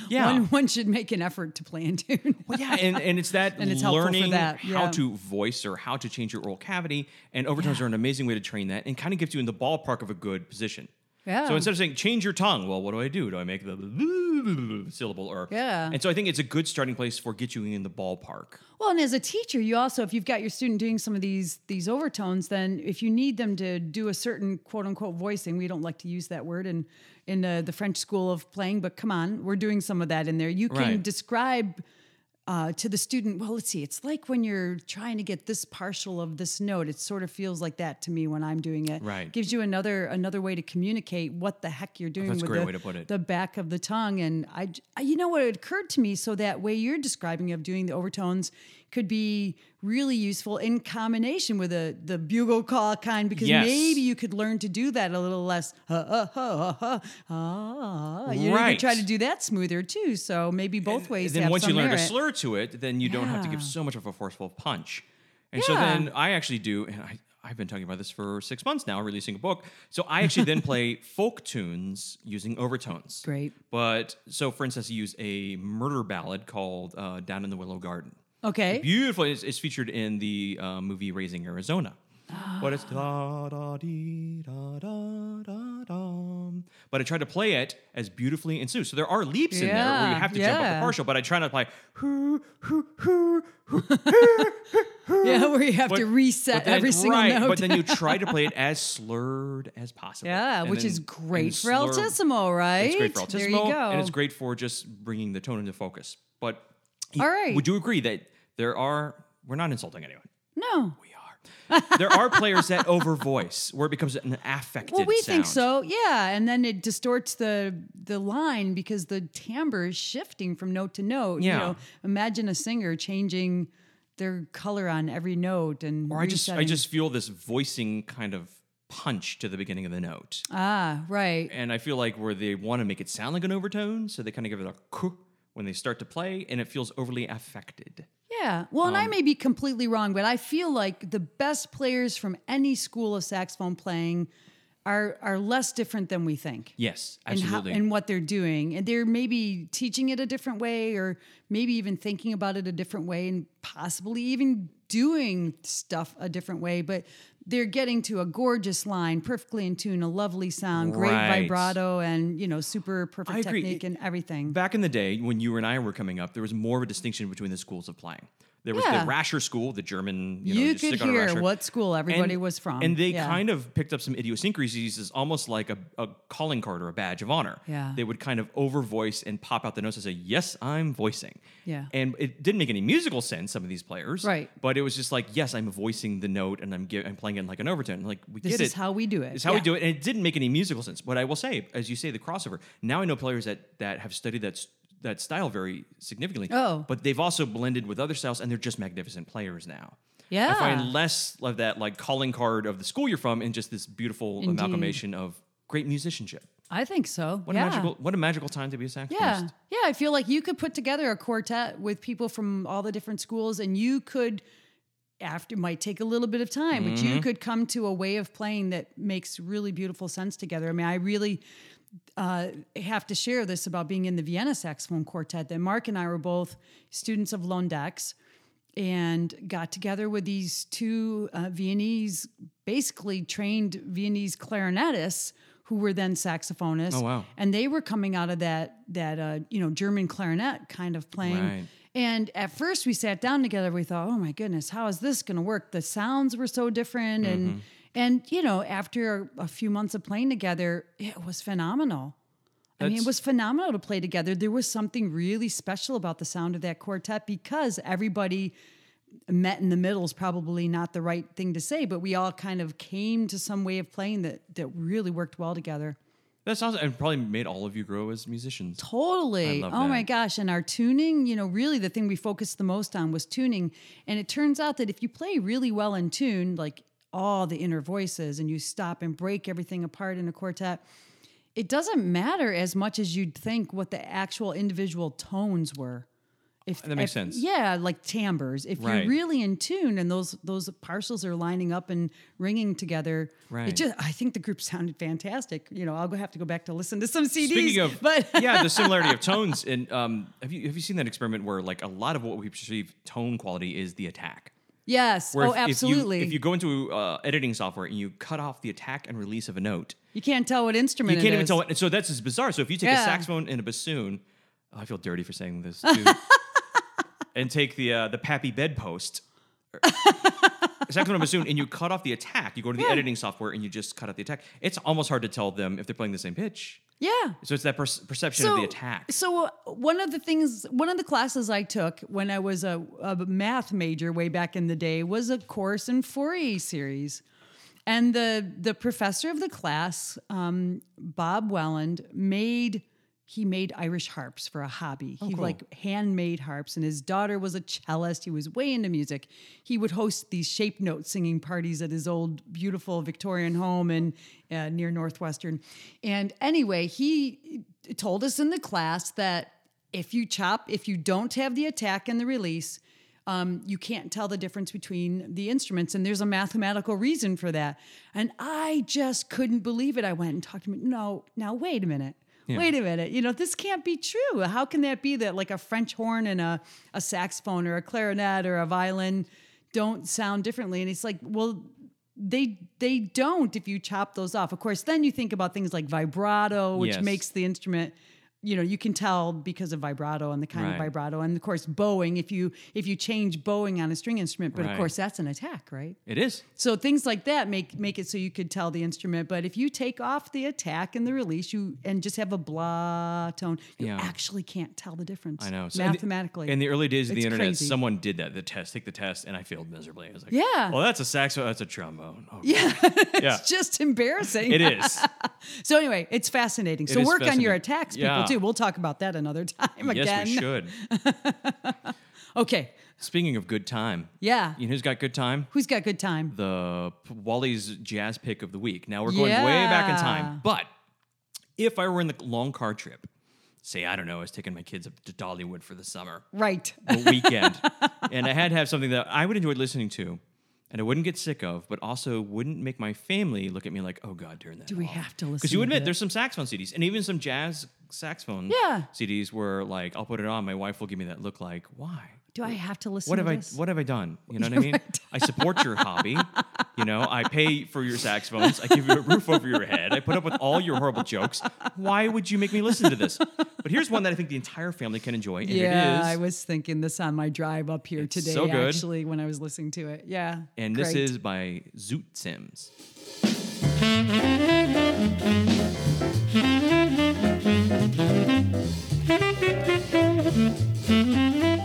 Yeah.
one, one should make an effort to play in tune.
Oh. Well, yeah, and, and it's that
And it's helpful for
learning
that,
how
yeah.
to voice or how to change your oral cavity, and overtones are an amazing way to train that, and kind of gets you in the ballpark of a good position.
Yeah.
So instead of saying change your tongue, well, what do I do? Do I make the syllable or
Yeah.
And so I think it's a good starting place for get you in the ballpark.
Well, and as a teacher, you also, if you've got your student doing some of these these overtones, then if you need them to do a certain quote unquote voicing, we don't like to use that word in in uh, the French school of playing, but come on, we're doing some of that in there. You can
Right.
describe uh, to the student, well, let's see, it's like when you're trying to get this partial of this note. It sort of feels like that to me when I'm doing it.
Right. Oh,
Gives you another another way to communicate what the heck you're doing
That's a
with
great
the,
way to put it.
the back of the tongue. And I, j- I- you know what, it occurred to me. So that way you're describing of doing the overtones could be really useful in combination with a, the bugle call kind, because
Yes.
maybe you could learn to do that a little less. Uh, uh, uh, uh, uh, uh, you, know, you
Right.
could try to do that smoother too. So maybe both ways.
then
have
once you
some
learn to
merit.
slur to it, then you don't have to give
Yeah.
so much of a forceful punch. And so
Yeah.
then I actually do, and I, I've been talking about this for six months now, releasing a book. So I actually then play folk tunes using overtones.
Great.
But so, for instance, I use a murder ballad called uh, Down in the Willow Garden.
Okay.
Beautiful. It's, it's featured in the uh, movie Raising Arizona. But it's da da dee da da da dum. But I try to play it as beautifully and So there are leaps in there where you
Yeah,
have to jump up the
yeah.
partial, but I try not to play hoo hoo hoo
Yeah, where you have
but-
to reset
but then-
every single
right,
note.
But then you try to play it as slurred as possible.
yeah,
And
which
then-
is
and
great for
slur-
altissimo, right?
It's great for altissimo,
There you go.
and it's great for just bringing the tone into focus. But he-
All right.
would you agree that there are? We're not insulting anyone.
No.
We are. there are players that overvoice where it becomes an affected.
Well, we think
sound.
so, yeah. And then it distorts the the line because the timbre is shifting from note to note.
Yeah.
You know, imagine a singer changing their color on every note and
Or I just I
resetting.
just feel this voicing kind of punch to the beginning of the note,
ah right
and I feel like where they want to make it sound like an overtone, so they kind of give it a kuh when they start to play, and it feels overly affected.
yeah. Well, and
Um,
I may be completely wrong, but I feel like the best players from any school of saxophone playing are are less different than we think.
Yes,
and how,
absolutely.
and what they're doing and they're maybe teaching it a different way or maybe even thinking about it a different way and possibly even doing stuff a different way but they're getting to a gorgeous line perfectly in tune a lovely sound great
Right.
vibrato and you know super
I
perfect
agree.
technique and everything
Back in the day, when you and I were coming up, there was more of a distinction between the schools of playing. There was
Yeah.
the Rasher school, the German. You,
you,
know, just
could
stick on a
hear
rasher.
what school everybody
And-
was from
And they
Yeah.
kind of picked up some idiosyncrasies as almost like a, a calling card or a badge of honor.
Yeah.
They would kind of overvoice and pop out the notes and say, Yes, I'm voicing.
Yeah.
And it didn't make any musical sense, some of these players.
Right.
But it was just like, Yes, I'm voicing the note and I'm, gi- I'm playing it like an overtone. Like, we
This
get
is
it.
how we do it.
It's how we
Yeah.
do it. And it didn't make any musical sense. But I will say, as you say, the crossover, now I know players that, that have studied that. s- that style very significantly.
Oh.
But they've also blended with other styles and they're just magnificent players now. I
Yeah.
find less of that like calling card of the school you're from and just this beautiful
Indeed.
amalgamation of great musicianship.
i think so
What
yeah.
a magical what a magical time to be a saxophonist.
Yeah. Yeah. I feel like you could put together a quartet with people from all the different schools and you could after might take a little bit of time, but you could come to a way of playing that makes really beautiful sense together. I mean, I really uh, have to share this about being in the Vienna Saxophone Quartet that Mark and I were both students of Londex and got together with these two uh, Viennese, basically trained Viennese clarinetists who were then saxophonists.
Oh, wow.
And they were coming out of that that uh, you know German clarinet kind of playing.
Right.
And at first we sat down together. We thought, oh my goodness, how is this going to work? The sounds were so different,
Mm-hmm.
and and you know after a few months of playing together, it was phenomenal. I mean, it
That's-
was phenomenal to play together. There was something really special about the sound of that quartet because everybody met in the middle is probably not the right thing to say, but we all kind of came to some way of playing that that really worked well together.
That's awesome. And probably made all of you grow as musicians.
Totally.
I love
oh my
that.
gosh. And our tuning, you know, really the thing we focused the most on was tuning. And it turns out that if you play really well in tune, like all the inner voices, and you stop and break everything apart in a quartet, it doesn't matter as much as you'd think what the actual individual tones were. If
That makes
if-
sense.
Yeah, like timbres. If
Right.
you're really in tune and those those parcels are lining up and ringing together,
Right.
it just I think the group sounded fantastic. You know, I'll go have to go back to listen to some CDs.
Speaking of,
but
yeah, the similarity of tones. And um, have you have you seen that experiment where like a lot of what we perceive tone quality is the attack?
Yes.
Where
oh,
if-
absolutely.
If you,
you,
if you go into uh, editing software and you cut off the attack and release of a note,
can't tell what
you
instrument
can't
it
even
is.
tell. What, so that's just bizarre. So if you take a
Yeah.
saxophone and a bassoon, oh, I feel dirty for saying this too. and take the uh, the pappy bedpost. or- saxophone and bassoon, and you cut off the attack. You go to the editing software and you just cut off the attack. It's almost hard to tell them if they're playing the same pitch.
Yeah.
So it's that perce- perception of the attack.
So uh, one of the things, one of the classes I took when I was a, a math major way back in the day was a course in Fourier series, and the the professor of the class, um, Bob Welland, made he made Irish harps for a hobby. he
Oh, cool.
like handmade harps, and his daughter was a cellist. He was way into music. He would host these shape note singing parties at his old beautiful Victorian home in uh, near Northwestern. And anyway, he told us in the class that if you chop, if you don't have the attack and the release, um, you can't tell the difference between the instruments, and there's a mathematical reason for that. And I just couldn't believe it. I went and talked to me. No, now wait a minute. Wait a minute. You know, this can't be true. How can that be that like a French horn and a, a saxophone or a clarinet or a violin don't sound differently? And it's like, well, they they don't if you chop those off. Of course, then you think about things like vibrato, which
Yes.
makes the instrument you know you can tell because of vibrato and the kind
Right.
of vibrato and of course bowing if you if you change bowing on a string instrument but
Right.
of course that's an attack right
It is.
so things like that make make it so you could tell the instrument. But if you take off the attack and the release, you and just have a blah tone, you
Yeah.
actually can't tell the difference.
I know. So in the-
mathematically.
in the early days of the
It's
internet,
crazy.
someone did that. The test, take the test, and I failed miserably. I was like,
Yeah.
well, that's a saxophone, that's a trombone. Oh,
yeah,
Yeah.
it's just embarrassing.
It is.
So anyway, it's fascinating. so
is
work on your
fascinating.
attacks, people
Yeah.
too. We'll talk about that another time
yes,
again.
we should.
Okay,
Speaking of good time,
yeah.
you know who's got good time?
Who's got good time?
The P- Wally's jazz pick of the week. Now we're going way back in time,
Yeah.
but if I were in the long car trip, say I don't know, I was taking my kids up to Dollywood for the summer,
Right.
the weekend, and I had to have something that I would enjoy listening to. And I wouldn't get sick of, but also wouldn't make my family look at me like, "Oh God, turn that."
Do we
off."
have to listen?
Because you
to
admit
this?
there's some saxophone CDs and even some jazz saxophone
Yeah.
CDs where like I'll put it on, my wife will give me that look like, why?
Do I have to listen?
What
to
have I
this?
what have I done? You know what I mean? I support your hobby. You know, I pay for your saxophones, I give you a roof over your head, I put up with all your horrible jokes. Why would you make me listen to this? But here's one that I think the entire family can enjoy, and
Yeah,
it
I
is
was thinking this on my drive up here today.
so good.
Actually, when I was listening to it, yeah.
and this
great.
is by Zoot Sims.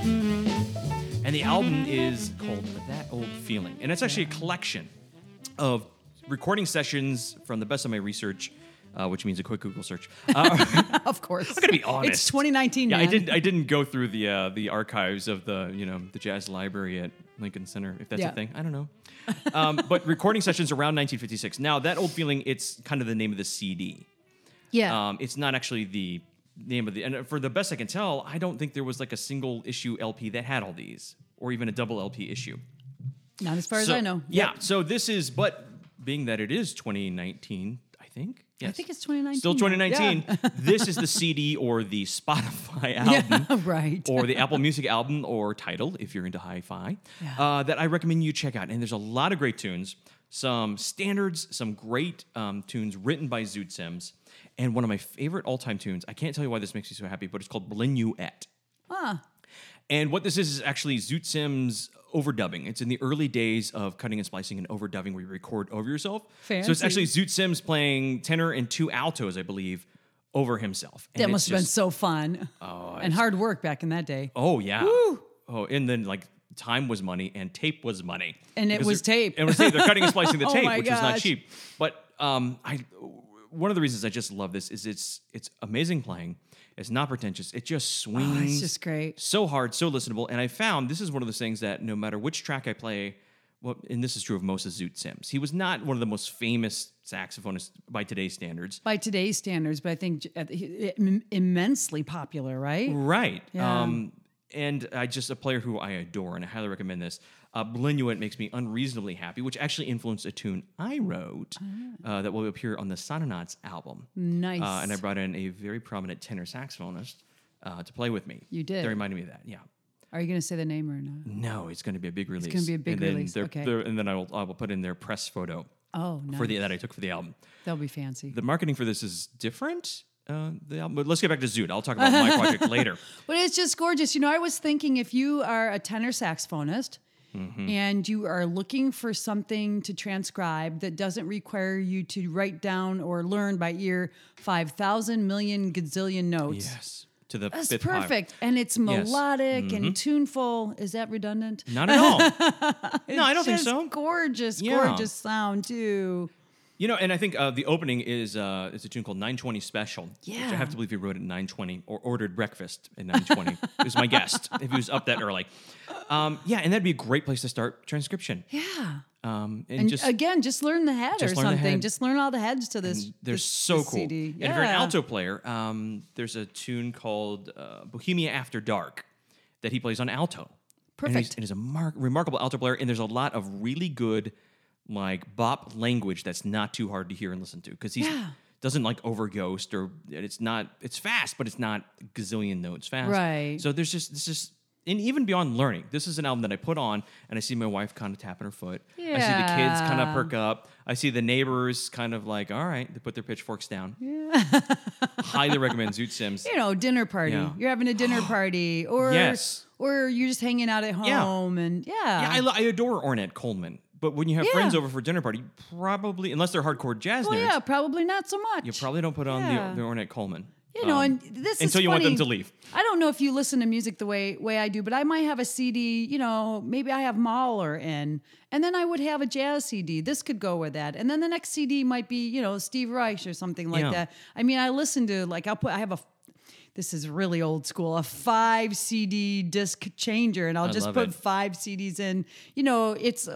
And the album is called That Old Feeling. And it's actually a collection of recording sessions from the best of my research, uh, which means a quick Google search. Uh,
of course. I'm
gonna be honest.
It's 2019.
yeah, I
man.
didn't. I didn't go through the uh, the archives of the you know the jazz library at Lincoln Center, if that's
Yeah.
a thing. I don't know. Um, but recording sessions around 1956. Now that old feeling, it's kind of the name of the CD.
Yeah.
Um, it's not actually the name of the. And for the best I can tell, I don't think there was like a single issue LP that had all these, or even a double LP issue.
Not as far as
So-
I know.
Yeah. So this is, but being that it is 2019, I think. Yes.
think it's 2019
Still
now.
2019. this is the CD or the Spotify album.
right.
or the Apple Music album or title, if you're into hi fi, uh, that I recommend you check out. And there's a lot of great tunes, some standards, some great um, tunes written by Zoot Sims. And one of my favorite all time tunes, I can't tell you why this makes me so happy, but it's called Blinuet. And what this is is actually Zoot Sims overdubbing. It's in the early days of cutting and splicing and overdubbing where you record over yourself. So it's
Fancy.
actually Zoot Sims playing tenor and two altos, I believe, over himself. And
that
it's
must have been
just-
so fun and hard work back in that day.
Oh yeah. Oh, and then like time was money and tape was money.
And it
Because
was
they're-
tape.
And it was tape. They're cutting and splicing the
Oh
tape,
my
which was not
gosh.
cheap. But um, I one of the reasons I just love this is it's it's amazing playing. It's not pretentious. It just swings.
Oh, it's just great.
So hard, so listenable. And I found this is one of those things that no matter which track I play, well, and this is true of most of Zoot Sims. He was not one of the most famous saxophonists by today's standards.
By today's standards, but I think j- at the- im- immensely popular, right?
Right.
Yeah.
Um, and I just a player who I adore, and I highly recommend this. Uh, Blinuit makes me unreasonably happy, which actually influenced a tune I wrote uh, that will appear on the Sononauts album.
Ah. Nice.
Uh, and I brought in a very prominent tenor saxophonist uh, to play with me.
You did.
That reminded me of that. Yeah.
Are you going to say the name or not?
No, it's going to be a big release.
gonna be a big
and then
release,
they're-
okay.
they're- and then I will, I will put in their press photo
Oh, no.
for the that I took for the album.
That'll be fancy.
The marketing for this is different. Uh, the album, but let's get back to Zoot. I'll talk about my project later.
But it's just gorgeous. You know, I was thinking if you are a tenor saxophonist
Mm-hmm.
and you are looking for something to transcribe that doesn't require you to write down or learn by ear 5,000 million gazillion notes.
Yes. To the
That's
fifth power.
perfect. And it's melodic
Mm-hmm.
and tuneful. Is that redundant?
Not at all. no, I don't think
Just
so.
Gorgeous,
Yeah.
gorgeous sound too.
You know, and I think uh, the opening is uh, it's a tune called 920 Special. Which I
Yeah.
have to believe he wrote at 920 or ordered breakfast at 920. it was my guest if he was up that early. Um, yeah, and that'd be a great place to start transcription.
Yeah.
Um, and,
And
just
again, just learn the head or
just learn the
something.
head.
Just learn all the heads to this.
they're
this-
so
this
cool.
CD.
And if you're an
Yeah.
alto player, um, there's a tune called uh, Bohemia After Dark that he plays on alto. And he's,
Perfect.
and he's a mar- remarkable alto player, and there's a lot of really good, like bop language that's not too hard to hear and listen to because he
Yeah.
doesn't like over ghost or and it's not it's fast, but it's not gazillion notes fast.
Right.
So there's just this is and even beyond learning, this is an album that I put on, and I see my wife kind of tapping her foot. I see the kids kind of
Yeah.
perk up. I see the neighbors kind of like, all right, they put their pitchforks down. Highly recommend Zoot Sims.
you know, dinner party.
Yeah.
You're having a dinner party, or
Yes.
or you're just hanging out at
Yeah.
home, and yeah,
Yeah, I, lo- I adore Ornette Coleman, but when you have
Yeah.
friends over for dinner party, probably unless they're hardcore jazz
well,
nerds,
yeah, probably not so much.
you probably don't put on
Yeah.
the, the Ornette Coleman.
You know,
um,
and this is
until you want them to
funny.
leave.
I don't know if you listen to music the way way I do, but I might have a CD. You know, maybe I have Mahler in, and then I would have a jazz CD. This could go with that, and then the next CD might be you know Steve Reich or something like
Yeah.
that. I mean, I listen to like I'll put I have a. This is really old school, a five CD disc changer, and I'll just
love
put
it.
five CDs in. You know, it's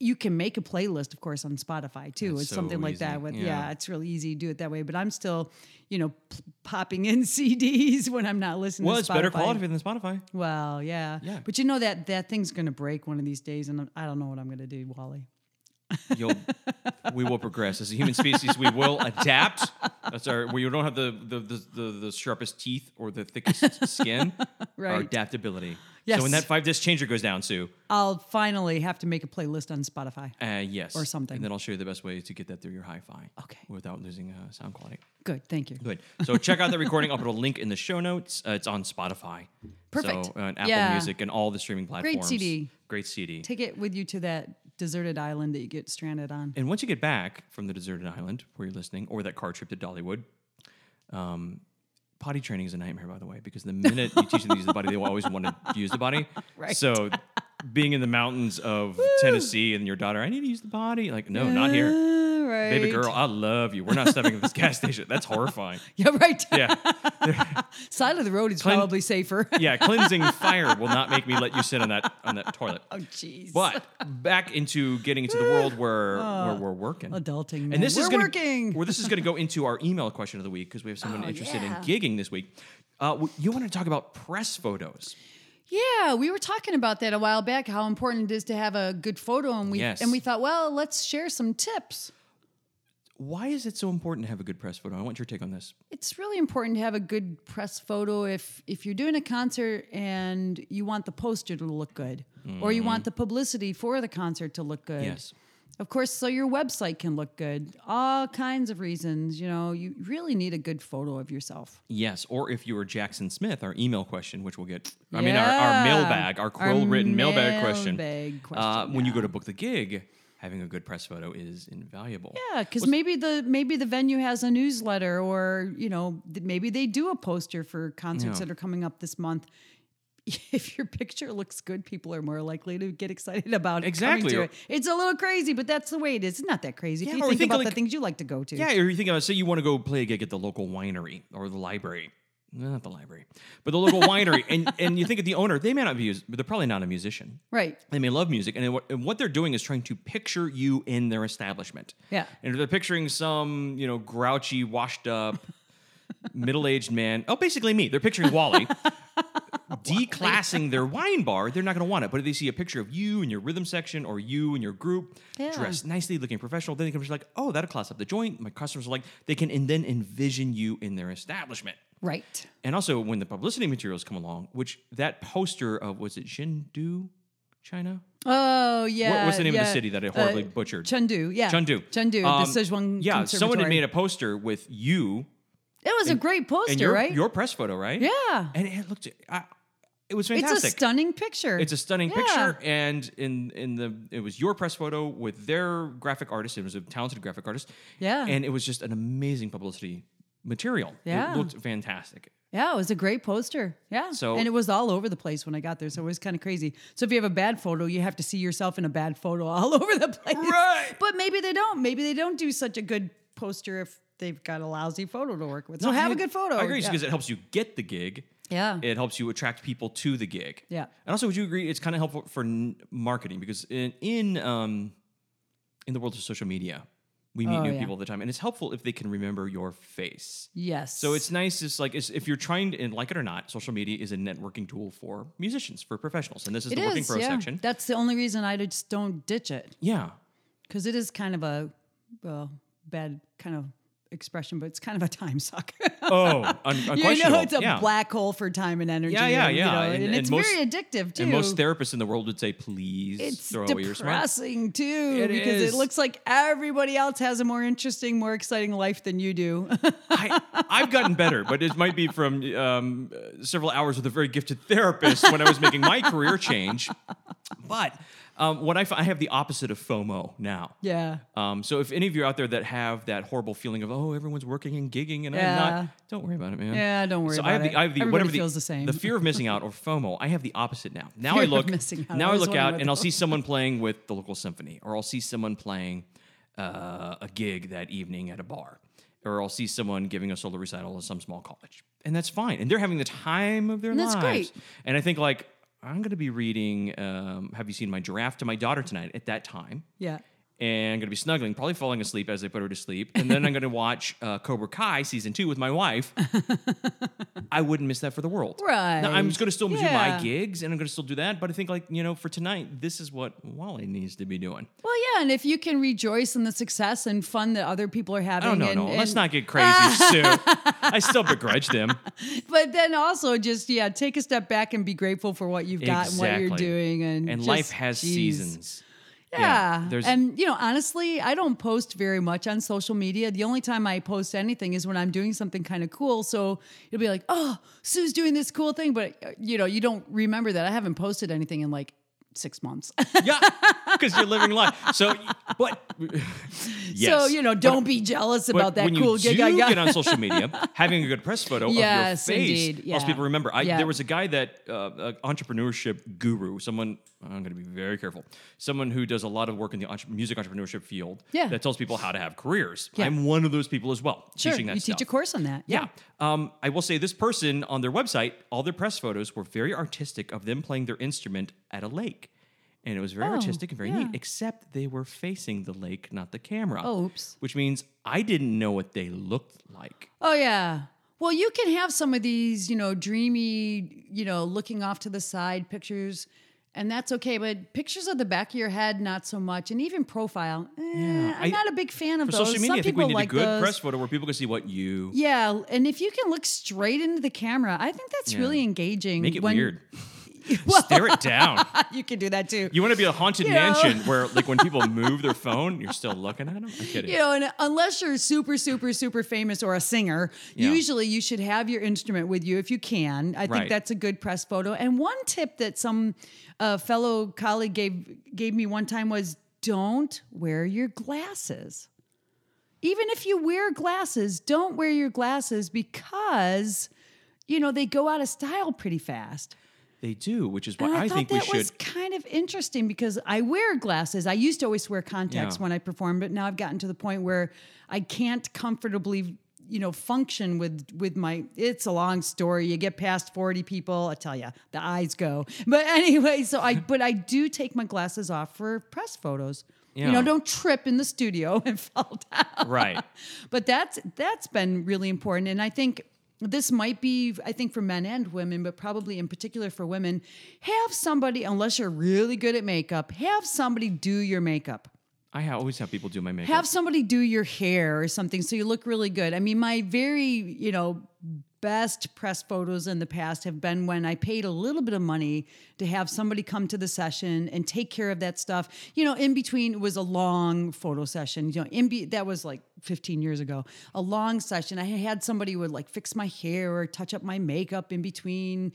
you can make a playlist, of course, on Spotify too. it's
so
something like
easy,
that. With
yeah.
yeah, it's really easy to do it that way. But I'm still, you know, p- popping in CDs when I'm not listening.
Well,
to
it's better
Spotify.
quality than Spotify.
Well, yeah,
Yeah.
But you know that that thing's going to break one of these days, and I don't know what I'm going to do, Wally.
You'll, we will progress as a human species. We will adapt. That's our. We don't have the the, the, the, the sharpest teeth or the thickest skin. Our
Right.
adaptability. So
Yes.
when that five disc changer goes down, Sue.
I'll finally have to make a playlist on Spotify.
Uh, yes.
Or something.
And then I'll show you the best way to get that through your hi-fi.
Okay.
Without losing uh, sound quality.
Good, thank you.
Good. So check out the recording. I'll put a link in the show notes. Uh, it's on Spotify.
Perfect.
So, uh, and Apple
Yeah.
Music and all the streaming platforms.
CD.
Great CD.
Take it with you to that deserted island that you get stranded on.
and once you get back from the deserted island where you're listening, or that car trip to Dollywood, um, potty training is a nightmare, by the way, because the minute you teach them to use the body, they will always want to use the body.
Right.
So being in the mountains of Tennessee and your daughter, I need to use the body. Like, no, not here.
All right,
Baby girl, I love you. We're not stopping at this gas station. That's horrifying.
Yeah, right.
Yeah.
Side of the road is probably safer.
Yeah, cleansing fire will not make me let you sit on that on that toilet.
oh, jeez.
But back into getting into the world where where we're working.
Adulting, Oh, man.
And this is
We're
gonna,
working.
Where this is going to go into our email question of the week because we have someone
Oh,
interested
yeah.
in gigging this week. Uh, w- you want to talk about press photos?
Yeah, we were talking about that a while back. How important it is to have a good photo, and we
Yes.
and we thought, well, let's share some tips.
Why is it so important to have a good press photo? I want your take on this.
It's really important to have a good press photo if if you're doing a concert and you want the poster to look good, or you want the publicity for the concert to look good.
Mm-hmm. Yes.
Of course, so your website can look good. All kinds of reasons, you know, you really need a good photo of yourself.
Yes, or if you were Jackson Smith, our email question, which we'll get, I mean, our, our
Yeah.
mailbag, our
Our
quill written mailbag question.
mailbag
uh,
question,
When you go to book the gig, having a good press photo is invaluable.
Yeah, because maybe the maybe the venue has a newsletter, or you know, th- maybe they do a poster for concerts
Yeah.
that are coming up this month. If your picture looks good, people are more likely to get excited about it. coming
Exactly.
to it. It's a little crazy, but that's the way it is. It's not that crazy.
Yeah,
if you
or
think,
think
about
like-
the things you like to go to.
Yeah, or you think about, say you want to go play a gig at the local winery or the library. No, Not the library, but the local winery. And, and you think of the owner, they may not be, but they're probably not a musician.
Right.
They may love music, and what, and what they're doing is trying to picture you in their establishment.
Yeah.
and if they're picturing some, you know, grouchy, washed up, middle-aged man. Oh, basically me. They're picturing Wally. Declassing their wine bar, they're not going to want it. But if they see a picture of you and your rhythm section, or you and your group,
Yeah.
dressed nicely, looking professional, then they can be like, "Oh, that'll class up the joint." My customers are like, they can and then envision you in their establishment.
Right.
And also when the publicity materials come along, which that poster of was it Chengdu, China?
Oh yeah.
What- what's the name of
yeah.
the city that I
Uh,
horribly butchered?
Chengdu. Yeah.
Chengdu.
Chengdu.
Um,
the Sichuan
Yeah, someone had
Conservatory.
made a poster with you
It was a great poster,
and your,
right?
your press photo, right?
yeah.
and it looked. I, it was
It's
fantastic.
a stunning picture.
It's a stunning
Yeah.
picture, and in in the it was your press photo with their graphic artist. It was a talented graphic artist.
Yeah.
and it was just an amazing publicity material.
Yeah.
it looked fantastic.
Yeah, it was a great poster. Yeah.
So-
and it was all over the place when I got there, so it was kind of crazy. So if you have a bad photo, you have to see yourself in a bad photo all over the place.
Right.
But maybe they don't. Maybe they don't do such a good poster if they've got a lousy photo to work with. So have
I-
a good photo.
I agree
Yeah.
because it helps you get the gig.
Yeah.
It helps you attract people to the gig.
Yeah.
And also, would you agree it's kind of helpful for n- marketing because in in, um, in the world of social media, we meet
Oh,
new
yeah.
people all the time, and it's helpful if they can remember your face.
yes.
So it's nice. It's like it's, if you're trying to, and like it or not, social media is a networking tool for musicians, for professionals, and this is
it
the working
is,
pro
yeah.
section.
That's the only reason I just don't ditch it
Yeah,
because it is kind of a well bad kind of expression, but it's kind of a time suck.
Oh, un-
you
unquestionable.
know, it's a
yeah.
black hole for time and energy.
Yeah, yeah,
and, you
yeah.
know,
And-
and,
and
it's
most-
very addictive too.
And most therapists in the world would say, "Please
it's
throw away your smartphone."
depressing too
It
because
is.
it looks like everybody else has a more interesting, more exciting life than you do.
I, I've gotten better, but it might be from um, uh, several hours with a very gifted therapist when I was making my career change. But um, what I, fi- I have the opposite of FOMO now.
yeah.
Um, so if any of you are out there that have that horrible feeling of oh everyone's working and gigging and I'm
Yeah.
not, don't worry about it, man.
Yeah, don't worry
So I
about
have
it.
the I have the
Everybody
whatever the,
feels the same.
the fear of missing out or FOMO. I have the opposite now. Now
Fear
I
of
look
missing out.
now
I
I
was
look
wondering
out
what
and
that
I'll see someone playing with the local symphony or I'll see someone playing uh, a gig that evening at a bar or I'll see someone giving a solo recital at some small college and that's fine and they're having the time of their
And that's
lives.
great.
And I think like I'm going to be reading um, Have You Seen My Giraffe to my daughter tonight at that time
Yeah.
and I'm going to be snuggling, probably falling asleep as I put her to sleep. And then I'm going to watch uh, Cobra Kai season two with my wife. I wouldn't miss that for the world.
Right.
Now, I'm just going to still do my
Yeah.
gigs and I'm going to still do that. But I think, like, you know, for tonight, this is what Wally needs to be doing.
Well, yeah, and if you can rejoice in the success and fun that other people are having,
Oh, no,
and,
no.
and-
Let's not get crazy, Sue. I still begrudge them.
But then also just yeah, take a step back and be grateful for what you've got and what you're
Exactly.
doing, and
And
just-
life has
geez.
seasons.
Yeah.
there's-
and you know, honestly, I don't post very much on social media. The only time I post anything is when I'm doing something kind of cool. So it'll be like, oh, Sue's doing this cool thing, but uh, you know, you don't remember that. I haven't posted anything in like six months.
Yeah. Because you're living life. So, but. yes.
so you know, don't be jealous about that
when
cool
you
gig
do
I got.
get on social media, having a good press photo
Yes,
of your face
indeed.
helps
Yeah.
people remember. I,
Yeah.
There was a guy that uh, uh, entrepreneurship guru, someone I'm going to be very careful, someone who does a lot of work in the entre- music entrepreneurship field.
Yeah.
that tells people how to have careers.
Yeah.
I'm one of those people as well.
sure,
teaching that
you
stuff.
teach a course on that.
Yeah. Um, I will say this person on their website, all their press photos were very artistic of them playing their instrument at a lake. And it was very
Oh,
artistic and very neat,
yeah.
except they were facing the lake, not the camera.
Oh, oops.
Which means I didn't know what they looked like.
Oh yeah. Well, you can have some of these, you know, dreamy, you know, looking off to the side pictures, and that's okay. But pictures of the back of your head, not so much, and even profile. eh, I'm
I-
not a big fan of
For
those.
social media,
some
I think
people
we need
like
a good
those.
press photo where people can see what you
Yeah, and if you can look straight into the camera, I think that's
Yeah.
really engaging.
make it
when-
weird. Stare it down.
you can do that too.
You want to be a haunted
You know?
mansion where, like, when people move their phone, you're still looking at them. I'm kidding.
you know, and unless you're super, super, super famous or a singer,
Yeah.
usually you should have your instrument with you if you can. I think
Right.
that's a good press photo. And one tip that some uh, fellow colleague gave gave me one time was don't wear your glasses. Even if you wear glasses, don't wear your glasses because you know they go out of style pretty fast.
They do, which is why
And
I,
I, thought
think we
that
should.
was kind of interesting because I wear glasses. I used to always wear contacts
Yeah.
when I perform, but now I've gotten to the point where I can't comfortably, you know, function with with my. It's a long story. You get past forty people, I tell you, the eyes go. But anyway, so I but I do take my glasses off for press photos. You
Yeah.
know, don't trip in the studio and fall down
Right.
but that's that's been really important and i think this might be i think for men and women but probably in particular for women have somebody unless you're really good at makeup have somebody do your makeup
I ha- always have people do my makeup.
have somebody do your hair or something so you look really good i mean my very you know best press photos in the past have been when i paid a little bit of money to have somebody come to the session and take care of that stuff you know in between it was a long photo session you know in be- that was like 15 years ago a long session i had somebody who would like fix my hair or touch up my makeup in between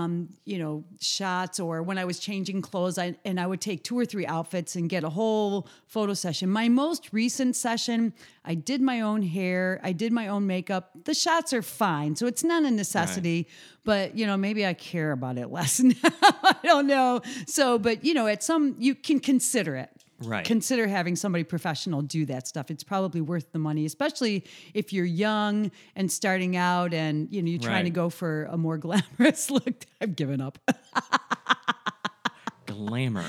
um, you know shots or when i was changing clothes I, and i would take two or three outfits and get a whole photo session my most recent session i did my own hair i did my own makeup the shots are fine so it's not a necessity but you know maybe i care about it less now i don't know so but you know at some you can consider it
Right.
consider having somebody professional do that stuff. It's probably worth the money, especially if you're young and starting out and you know you're trying to
Right.
go for a more glamorous look. I've given up.
glamour.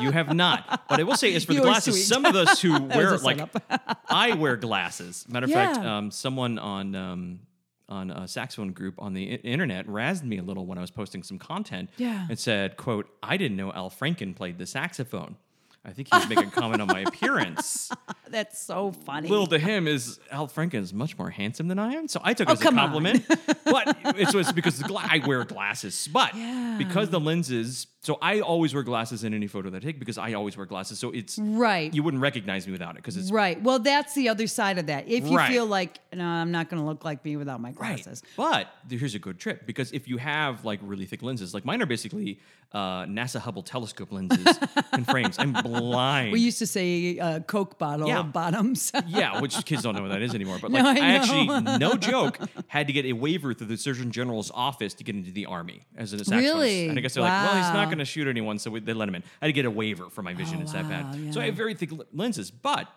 you have not. But I will say is for the
You are
glasses,
sweet.
some of us who wear
was a
like I wear glasses. Matter of fact,
Yeah.
um, someone on um, on a saxophone group on the i- internet razzed me a little when I was posting some content
Yeah.
and said, quote, I didn't know Al Franken played the saxophone. I think he was making a comment on my appearance.
That's so funny.
Little to him is Al Franken is much more handsome than I am, so I took it as a
Oh, come on.
compliment. but it's, it's because the gla- I wear glasses, but because the lenses, so I always wear glasses in any photo that I take because I always wear glasses. So it's
right.
you wouldn't recognize me without it because it's
right. Well, that's the other side of that. If you
Right.
feel like no, I'm not going to look like me without my glasses.
But th- here's a good trick because if you have like really thick lenses, like mine are basically uh, NASA Hubble telescope lenses and frames. I'm blind.
We used to say uh, Coke bottle
Yeah.
bottoms.
yeah, which kids don't know what that is anymore. But
No,
like, I,
I
actually, no joke, had to get a waiver through the Surgeon General's office to get into the army as an saxophonist.
Really?
And I guess they're like, well, he's
Wow.
not
Oh,
going to shoot anyone, so we, they let him in. I had to get a waiver for my vision. it's that bad.
wow,
So I
yeah.
have very thick l- lenses, but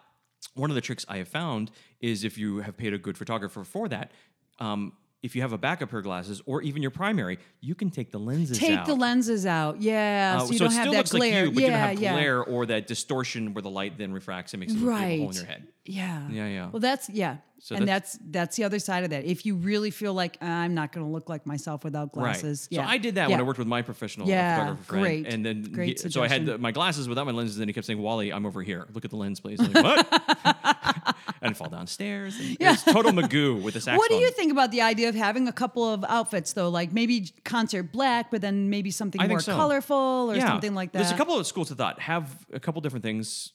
one of the tricks I have found is if you have paid a good photographer for that. Um, if you have a backup pair of glasses or even your primary, you can take the lenses
Take
out.
the lenses out. Yeah,
Uh,
so you don't
it
have
still
that
looks
glare.
like you, but
yeah,
you don't have
yeah.
glare or that distortion where the light then refracts and makes it look like you have a hole in your head.
Yeah.
Yeah, yeah.
Well, that's yeah.
So
and that's, that's the other side of that. If you really feel like "Uh, I'm not going to look like myself without glasses,
Right.
yeah.
So I did that when
Yeah.
I worked with my professional
Yeah,
photographer friend,
great.
and then he-
Great
so I had
suggestion.
the, my glasses without my lenses, and then he kept saying, "Wally, I'm over here. Look at the lens, please." I'm like, what? and I'd fall downstairs. And It was total Magoo with the saxophone.
What do you think about the idea of having a couple of outfits though? Like maybe concert black, but then maybe something
I think
more
so.
colorful or something like that.
There's a couple of schools of thought. Have a couple different things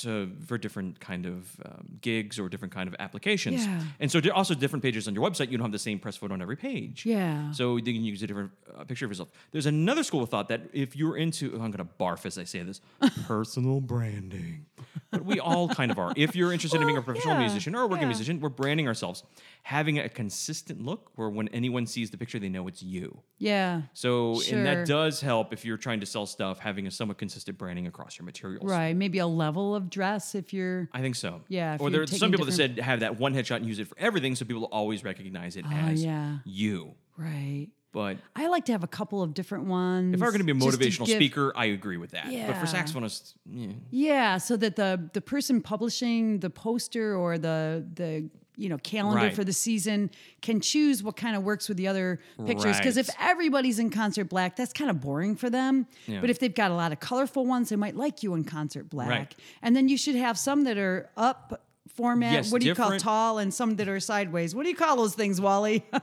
to, for different kind of um, gigs or different kind of applications.
Yeah.
And so there are also different pages on your website. You don't have the same press photo on every page.
Yeah.
So then you can use a different uh, picture of yourself. There's another school of thought that if you're into, oh, I'm going to barf as I say this, personal branding. But we all kind of are. If you're interested in being a
Well,
professional
yeah,
musician or a working
yeah.
musician, we're branding ourselves, having a consistent look where when anyone sees the picture, they know it's you.
Yeah.
So, and
Sure.
that does help if you're trying to sell stuff, having a somewhat consistent branding across your materials.
Right. Maybe a level of dress if you're
I think so.
Yeah, if
Or
you're
there are some
taking
people that said have that one headshot and use it for everything, so people always recognize it as
Ah, yeah.
you.
right.
But
I like to have a couple of different ones.
if I were going to be a
just
motivational
give-
speaker, I agree with that. But
Yeah.
for saxophonists, yeah.
Yeah, so that the the person publishing the poster or the the you know calendar
Right.
for the season can choose what kind of works with the other pictures because if
Right.
everybody's in concert black that's kind of boring for them
Yeah.
but if they've got a lot of colorful ones they might like you in concert black and then you should have some that are up format
Yes,
what do you call
different-
tall and some that are sideways what do you call those things wally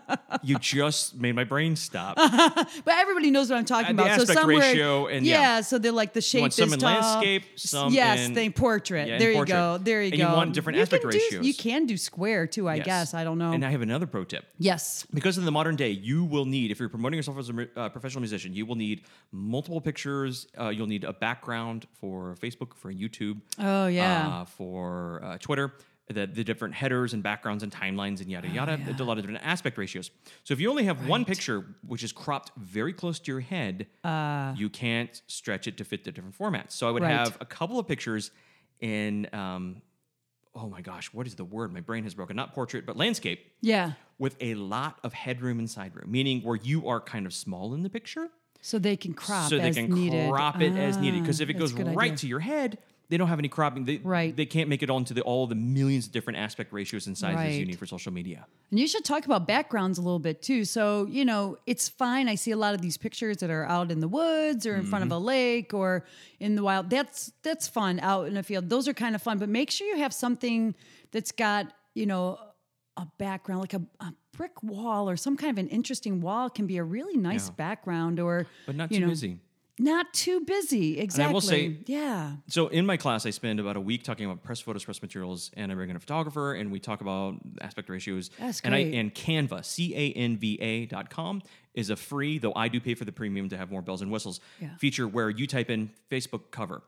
You just made my brain stop.
But everybody knows what I'm talking
Uh, the
about. so
aspect
somewhere,
ratio and, yeah.
so they're like the shape
want some
is
in
tall.
landscape, some
yes,
in-
they portrait.
yeah, in
there you
portrait.
go. There you
And
go.
you want different
You
aspect
can do-
ratios.
you can do square too, I
Yes.
guess. I don't know.
And I have another pro tip.
yes.
because in the modern day, you will need if you're promoting yourself as a mu- uh, professional musician, you will need multiple pictures. Uh, you'll need a background for Facebook, for YouTube.
Oh, yeah.
uh, for uh, Twitter. The, the different headers and backgrounds and timelines and
Oh,
yada yada, There's a lot of different aspect ratios. So if you only have one picture, which is cropped very close to your head, you can't stretch it to fit the different formats. So I would
Uh. Right.
have a couple of pictures in, um, oh my gosh, what is the word? My brain has broken. Not portrait, but landscape
Yeah.
with a lot of headroom and side room, meaning where you are kind of small in the picture,
So they can crop
so they
as
can
needed.
crop it as needed. Because
Ah,
if it
that's
goes
a good
right
idea.
to your head, they don't have any cropping. They,
Right.
They can't make it onto the, all the millions of different aspect ratios and sizes you
Right.
need for social media.
And you should talk about backgrounds a little bit too. So, you know, it's fine. I see a lot of these pictures that are out in the woods or in front of
Mm-hmm.
a lake or in the wild. That's that's fun out in a field. Those are kind of fun, but make sure you have something that's got, you know, a background like a, a brick wall or some kind of an interesting wall can be a really nice
Yeah.
background or
But not
you
too
know,
busy.
Not too busy. Exactly.
I will say-
yeah.
So in my class, I spend about a week talking about press photos, press materials, and I bring in a photographer, and we talk about aspect ratios.
That's
and I
great.
and Canva, C A N V A dot com is a free, though I do pay for the premium to have more bells and whistles
Yeah.
feature where you type in Facebook cover,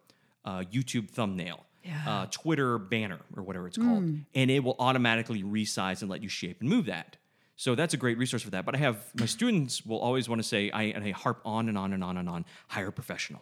uh, YouTube thumbnail. Uh, Twitter banner or whatever it's called,
Mm.
and it will automatically resize and let you shape and move that. So that's a great resource for that. But I have my students will always want to say, I, and I harp on and on and on and on, hire a professional.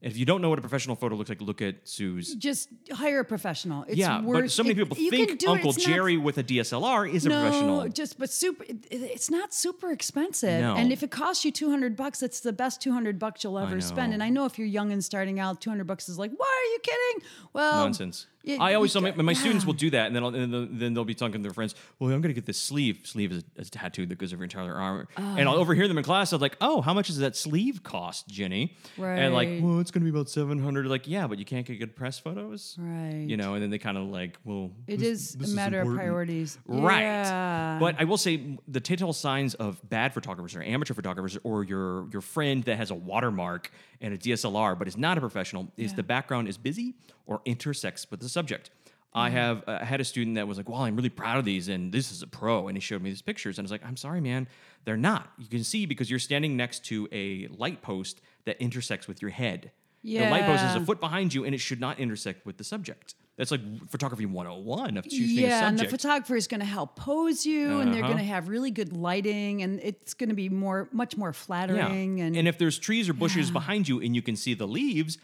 If you don't know what a professional photo looks like, look at Sue's.
Just hire a professional. It's
yeah,
worth
but so many
it-
people
you can
think
do it.
Uncle
It's not
Jerry with a DSLR is a professional.
just but super. it- It's not super expensive,
No.
and if it costs you two hundred bucks, that's the best two hundred bucks you'll ever spend.
know.
And I know if you're young and starting out, two hundred bucks is like, why are you kidding? Well,
Nonsense.
y-
I always
Oh,
tell
you
my,
got-
my students
yeah.
will do that, and then I'll, and then- then they'll be talking to their friends. Well, I'm going to get this sleeve. Sleeve is a tattoo that goes over your entire arm, and I'll overhear them in class. I'm like, "Oh, how much does that sleeve cost, Jenny?" And like,
Right.
"Well, it's going to be about 700." Like, yeah, but you can't get good press photos,
Right.
You know, and then they kind of like, "Well,
It
this-
is
this
a matter of
important."
priorities,
Right.
Yeah.
But I will say the telltale signs of bad photographers or amateur photographers or your your friend that has a watermark and a DSLR but is not a professional is the background is busy or intersects with the subject.
Mm.
I have uh, had a student that was like, "Well, I'm really proud of these, and this is a pro." And he showed me these pictures, and I was like, "I'm sorry, man, they're not. You can see because you're standing next to a light post that intersects with your head. The light post is a
Yeah.
foot behind you, and it should not intersect with the subject. That's like photography 101 of choosing a
yeah, and the
subject.
photographer is going to help pose you, and they're
Uh-huh.
going to have really good lighting, and it's going to be more, much more flattering. And,
if there's trees or bushes behind you and you can see the leaves,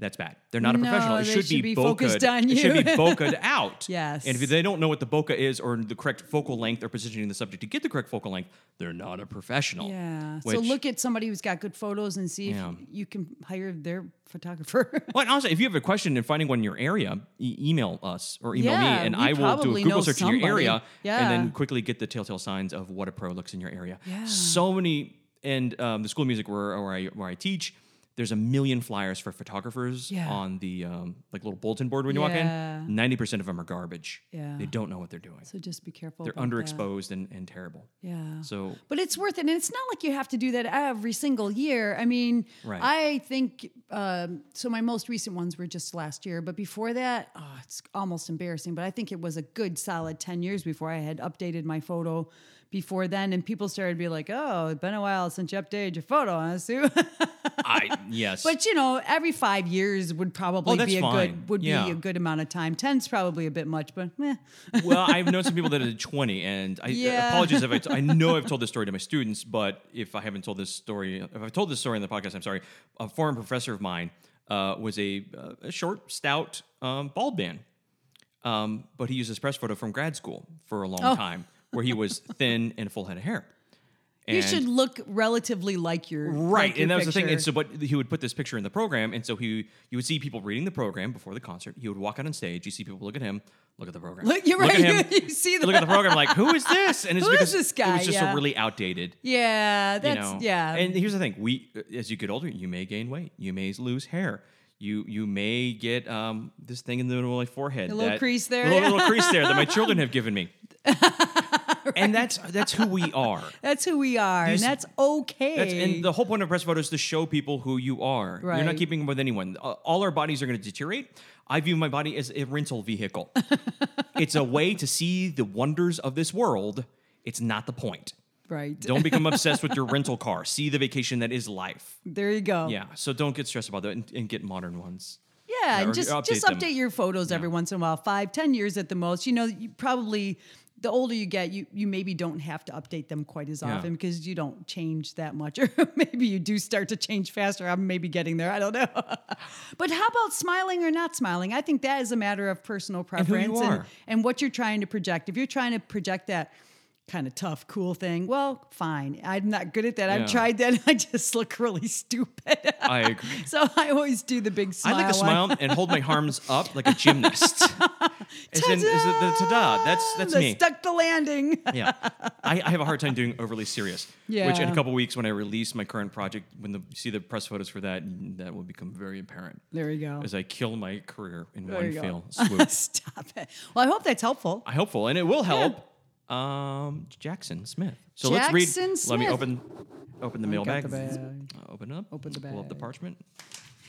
that's bad. They're not a professional.
No,
It
they
should,
should
be,
be
bokeh.
focused on
It should be
you.
bokeh out.
Yes.
And if they don't know what the bokeh is or the correct focal length or positioning the subject to get the correct focal length, they're not a professional.
yeah,
Which,
so look at somebody who's got good photos and see
Yeah.
if you can hire their photographer.
Well, and honestly, if you have a question and finding one in your area, e- email us or email
Yeah,
me, and
we
I will do a
probably
Google
know
search in your
somebody.
area, and
Yeah.
then quickly get the telltale signs of what a pro looks in your area.
Yeah.
So many, and um, the school of music where, where I where I teach, there's a million flyers for photographers
Yeah.
on the um, like little bulletin board when you
Yeah.
walk in. Ninety percent of them are garbage.
Yeah.
They don't know what they're doing.
so just be careful.
They're
about that.
underexposed and, and terrible.
Yeah.
So
But it's worth it. And it's not like you have to do that every single year. I mean,
Right.
I think um, so. My most recent ones were just last year, but before that, oh, it's almost embarrassing. But I think it was a good solid 10 years before I had updated my photo before then. And people started to be like, oh, it's been a while since you updated your photo, huh, Sue?
I yes,
but you know, every five years would
Oh,
probably
that's
be a
fine.
good would
Yeah.
be a good amount of time. Ten's probably a bit much, but meh.
well, I've known some people that are 20, and I
Yeah.
apologize if I, t- I know I've told this story to my students, but if I haven't told this story, if I've told this story on the podcast, I'm sorry. A foreign professor of mine uh, was a, uh, a short, stout, um, bald man, um, but he
Oh.
used his press photo from grad school for a long time, where he was thin and a full head of hair.
you
And-
should look relatively like your
Right,
like your
and that was the thing. And
picture.
so, but he would put this picture in the program, and so he you would see people reading the program before the concert. He would walk out on stage. You see people look at him, look at the program.
Look- you're
at
right,
him,
you see
look at the program. Like, who is this? And it's
Who is
because
this
It
guy?
was just
Yeah.
a really outdated.
yeah, that's
you know.
yeah.
And here's the thing: we, as you get older, you may gain weight, you may lose hair, you you may get um, this thing in the middle of my forehead,
A little
that-
crease there,
a little,
yeah.
little crease there that my children have given me. And that's that's who we are.
that's who we are, and
These-
that's okay.
That's, and the whole point of press photo is to show people who you are. You're not
Right.
keeping up with anyone. Uh, All our bodies are going to deteriorate. I view my body as a rental vehicle. it's a way to see the wonders of this world. It's not the point.
right
Don't become obsessed with your rental car. See the vacation that is life.
there, you go.
Yeah. So don't get stressed about that and, and get modern ones.
Yeah,
or
and just
update
just
them.
update your photos every once in a while, five, ten years at the most. You know, you probably the older you get, you you maybe don't have to update them quite as
Yeah.
often because you don't change that much, or maybe you do start to change faster. I'm maybe getting there. I don't know. but how about smiling or not smiling? I think that is a matter of personal
who
preference
you
and,
are.
and what you're trying to project. If you're trying to project that. Kind of tough, cool thing. Well, fine. I'm not good at that.
Yeah.
I've tried that. I just look really stupid.
I agree.
so I always do the big smile.
I like to
one.
smile and hold my arms up like a gymnast. As in- is it the ta-da? That's that's
the
me.
Stuck the landing.
yeah. I, I have a hard time doing overly serious. Which in a
Yeah.
couple weeks when I release my current project, when the, you see the press photos for that, that will become very apparent
There you go.
as I kill my career in
There
one
you go.
fail swoop.
Stop it. Well, I hope that's helpful.
I hopeful, and it will help. Um, Jackson Smith. So let's read.
Jackson
Let me
Smith.
open open the mailbag.
the bag.
Uh, open up.
Open the
Pull up the
bag.
parchment.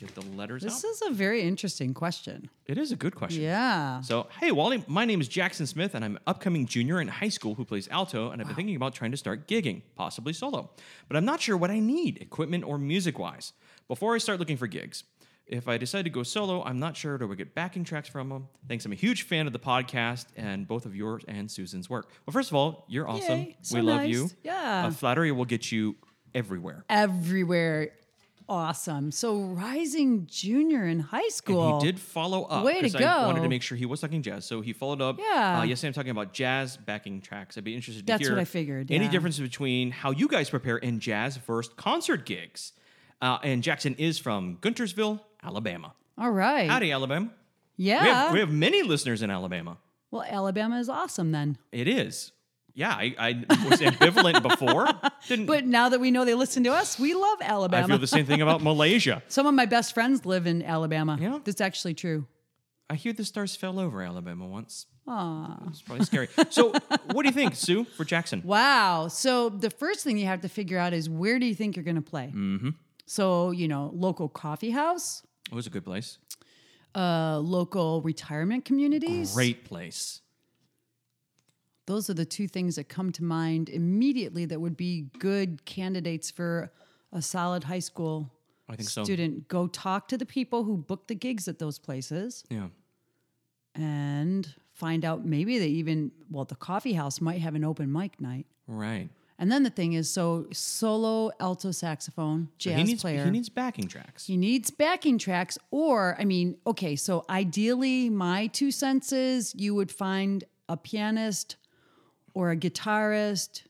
Get the letters
This
out.
is a very interesting question.
It is a good question.
Yeah.
So, hey, Wally, my name is Jackson Smith, and I'm an upcoming junior in high school who plays alto, and I've been thinking about trying to start gigging, possibly solo. But I'm not sure what I need, equipment or music wise, before I start looking for gigs. If I decide to go solo, I'm not sure do I get backing tracks from them. Thanks, I'm a huge fan of the podcast and both of yours and Susan's work. Well, first of all, you're awesome.
Yay, so
we love
nice.
you.
Yeah.
A flattery will get you everywhere.
Everywhere. Awesome. So rising junior in high school.
And he did follow up.
Way to
'cause I wanted to
go.
make sure he was talking jazz, so he followed up.
Yeah.
Uh, yesterday I'm talking about jazz backing tracks. I'd be interested
That's
to hear
what I figured,
Any
yeah.
difference between how you guys prepare in jazz versus concert gigs? Uh, and Jackson is from Guntersville, Alabama.
All right.
Howdy, Alabama.
Yeah.
We, have, we
Ah.
have many listeners in Alabama.
well, Alabama is awesome then.
It is. Yeah, I, I was ambivalent before. Didn't.
But now that we know they listen to us, we love
I
Alabama.
feel the same thing about Malaysia.
Some of my best friends live in Alabama.
Yeah?
That's actually true.
I hear the stars fell over Alabama once. It's probably scary. So, what do you think, Sue, for Jackson?
Wow. So the first thing you have to figure out is where do you think you're going to play? Mm-hmm. So, you know, local coffee house,
It was a good place.
uh, local retirement communities.
Great place.
Those are the two things that come to mind immediately that would be good candidates for a solid high school
I think so.
student. Go talk to the people who book the gigs at those places
Yeah.
and find out maybe they even, well, the coffee house might have an open mic night.
Right.
And then the thing is, so solo alto saxophone,
So
jazz
he needs
player.
he needs backing tracks.
He needs backing tracks, or I mean, okay, so ideally, my two senses, you would find a pianist or a guitarist,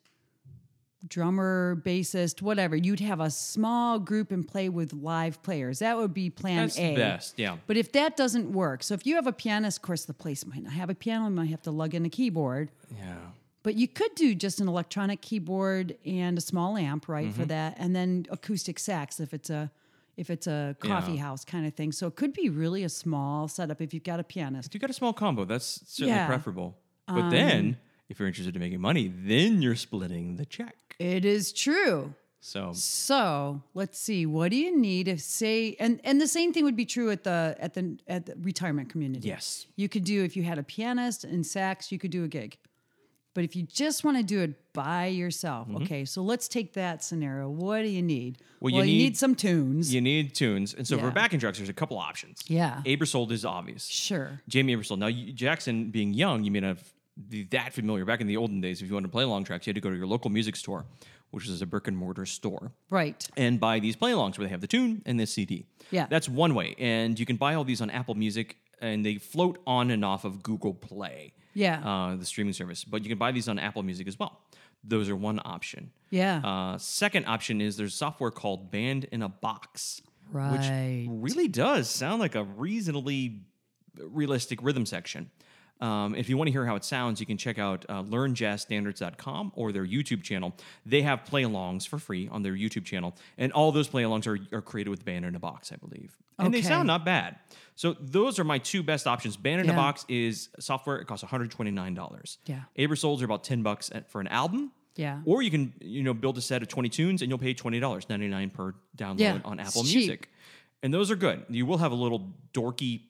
drummer, bassist, whatever. You'd have a small group and play with live players. That would be plan
That's
A.
the best. Yeah.
But if that doesn't work, so if you have a pianist, of course, the place might not have a piano, you might have to lug in a keyboard.
Yeah.
But you could do just an electronic keyboard and a small amp, right,
Mm-hmm.
for that, and then acoustic sax if it's a if it's a coffee
Yeah.
house kind of thing. So it could be really a small setup if you've got a pianist.
If you got a small combo, that's certainly
Yeah. Um,
preferable. But then, if you're interested in making money, then you're splitting the check.
It is true.
So
So let's see. What do you need if say and and the same thing would be true at the at the at the retirement community.
yes.
You could do if you had a pianist and sax, you could do a gig. But if you just want to do it by yourself, okay, so let's take that scenario. What do you need?
Mm-hmm. Well,
Well,
you
you, need,
need-
some tunes.
You need tunes, and so for
Yeah.
backing tracks, there's a couple options.
Yeah.
Abersold is obvious.
Sure.
Jamie Abersold. Now you- Jackson, being young, you may not have be that familiar. Back in the olden days, if you wanted to play long tracks, you had to go to your local music store, which is a brick and mortar store.
Right.
and buy these play alongs where they have the tune and the CD.
Yeah.
That's one way. And you can buy all these on Apple Music and they float on and off of Google Play,
Yeah.
uh, the streaming service. But you can buy these on Apple Music as well. Those are one option.
Yeah.
Uh, second option is there's software called Band in a Box,
Right.
which really does sound like a reasonably realistic rhythm section. Um, if you want to hear how it sounds, you can check out uh, learnjazzstandards.com or their YouTube channel. They have play alongs for free on their YouTube channel, and all those play alongs are, are created with Band in a Box, I believe. And they
Okay.
sound not bad. So those are my two best options. Band in a
Yeah.
Box is software, it costs $129.
Yeah.
Aerosols are about 10 bucks at- for an album.
Yeah.
Or you can, you know, build a set of 20 tunes and you'll pay $20.99 per download
Yeah,
on
it's
Apple
cheap.
Music. And those are good. You will have a little dorky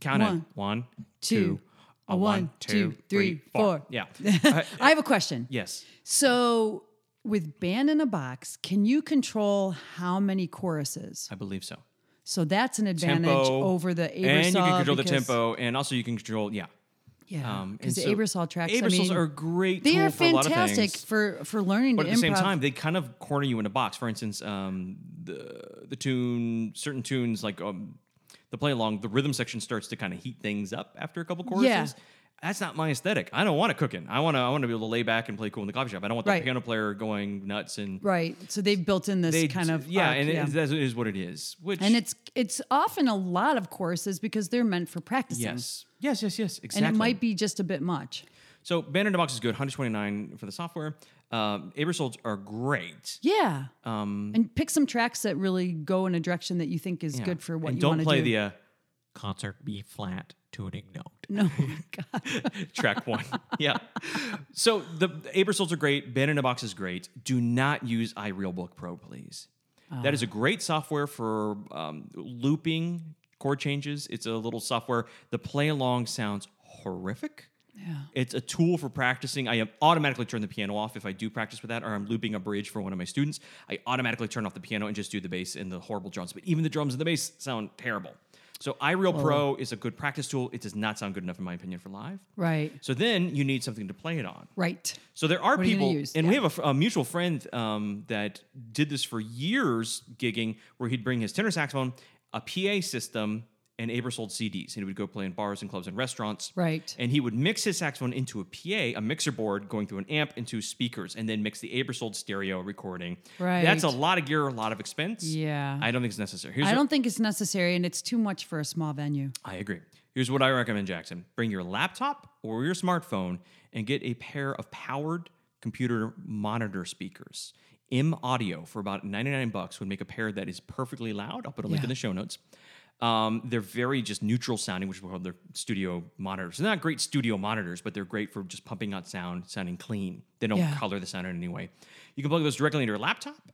count
One,
of one, two,
two, a one, two, three, four.
Yeah. Uh,
I have a question.
yes.
So with band in a box, can you control how many choruses?
I believe so.
So that's an advantage over the Abersol.
and you can control the
because-
tempo, and also you can control, yeah.
Yeah,
Um,
because
and
the
so
Abersol tracks. I
Aerosols
mean,
are a great.
They
tool
are
for a lot of
fantastic
things.
for for learning
But
to
at the same
improv.
time, they kind of corner you in a box. For instance, um, the the tune, certain tunes like um, the play along, the rhythm section starts to kind of heat things up after a couple choruses.
Yeah.
That's not my aesthetic. I don't want to cooking. I want to. I want to be able to lay back and play cool in the coffee shop. I don't want the
Right.
piano player going nuts and
right? So they've built in this
they
kind of
yeah,
arc,
and it is that is what it is. Which
and it's it's often a lot of courses because they're meant for practicing.
yes, yes, yes, yes, exactly.
And it might be just a bit much.
so. Banner to box is good. 129 for the software. Um, Aerosols are great.
Yeah. Um, and pick some tracks that really go in a direction that you think is good for what
and
you
don't
want to
play
do.
the uh,
Concert B flat tuning note.
no, God.
track one. yeah. So the Abersols are great. Band in a Box is great. Do not use iRealBook Pro, please. That is a great software for um, looping chord changes. It's a little software. The play along sounds horrific. Yeah. It's a tool for practicing. I automatically turn the piano off if I do practice with that, or I'm looping a bridge for one of my students. I automatically turn off the piano and just do the bass and the horrible drums. But even the drums and the bass sound terrible. So iReal Pro is a good practice tool. It does not sound good enough, in my opinion, for live.
right,
So then you need something to play it on.
right.
So there are
What are you gonna
people,
use?
and we have a f- a, mutual friend um, that did this for years, gigging, where he'd bring his tenor saxophone, a PA system, and Abersold CDs, and he would go play in bars and clubs and restaurants.
Right.
And he would mix his saxophone into a PA, a mixer board, going through an amp into speakers, and then mix the Abersold stereo recording. That's a
Right.
lot of gear, a lot of expense.
Yeah.
I don't think it's necessary. Here's
I
what-
don't think it's necessary, and it's too much for a small venue.
I agree. Here's what I recommend, Jackson. Bring your laptop or your smartphone and get a pair of powered computer monitor speakers. M Audio for about 99 bucks would make a pair that is perfectly loud. I'll put a link
Yeah.
in the show notes. Um, they're very just neutral sounding, which is what they're studio monitors. They're not great studio monitors, but they're great for just pumping out sound, sounding clean. They don't
Yeah.
color the sound in any way. You can plug those directly into your laptop.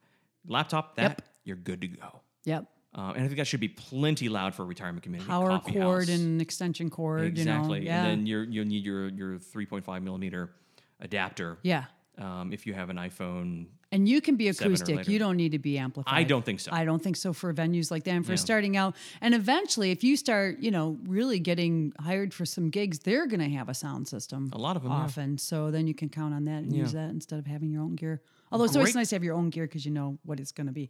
Laptop, that,
Yep.
you're good to go.
Yep.
Uh, and I think that should be plenty loud for a retirement community.
Power
coffee
cord
house.
and an extension cord.
Exactly.
You know? Yeah.
And then you're, you'll need your, your 3.5 millimeter adapter
yeah.
um, if you have an iPhone.
And you can be
Seven or
acoustic.
later.
You don't need to be amplified.
I don't think so.
I don't think so for venues like that and for starting out. And eventually, if you start, you know, really getting hired for some gigs, they're going to have a sound system.
A lot of 'em, yeah.
often. So then you can count on that and use that instead of having your own gear. Although it's always
Great.
nice to have your own gear because you know what it's going to be.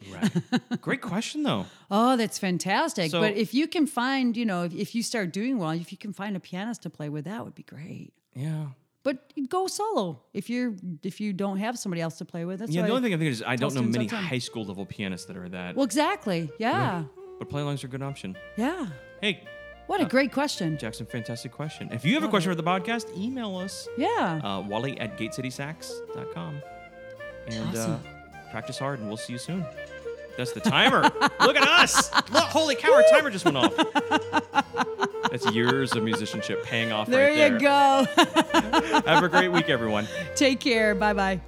Great question, though.
Oh, that's fantastic.
So-
but if you can find, you know, if, if you start doing well, if you can find a pianist to play with, that would be great.
Yeah.
But go solo if you're if you don't have somebody else to play with. That's
Yeah,
what
the
I-
only thing I'm thinking is I don't know
students all
many
the time.
high school level pianists that are that,
Well, exactly. Yeah.
but play alongs are a good option.
Yeah. Uh,
Hey,
What a great question.
Jackson, fantastic question. If you have a question for the podcast, email us
Yeah.
uh, wally at gatecitysax.com. And
Awesome.
uh, practice hard, and we'll see you soon. That's the timer. Look at us. Look, holy cow, our timer just went off. That's years of musicianship paying off
there
right
you go.
Have a great week, everyone.
Take care. Bye bye.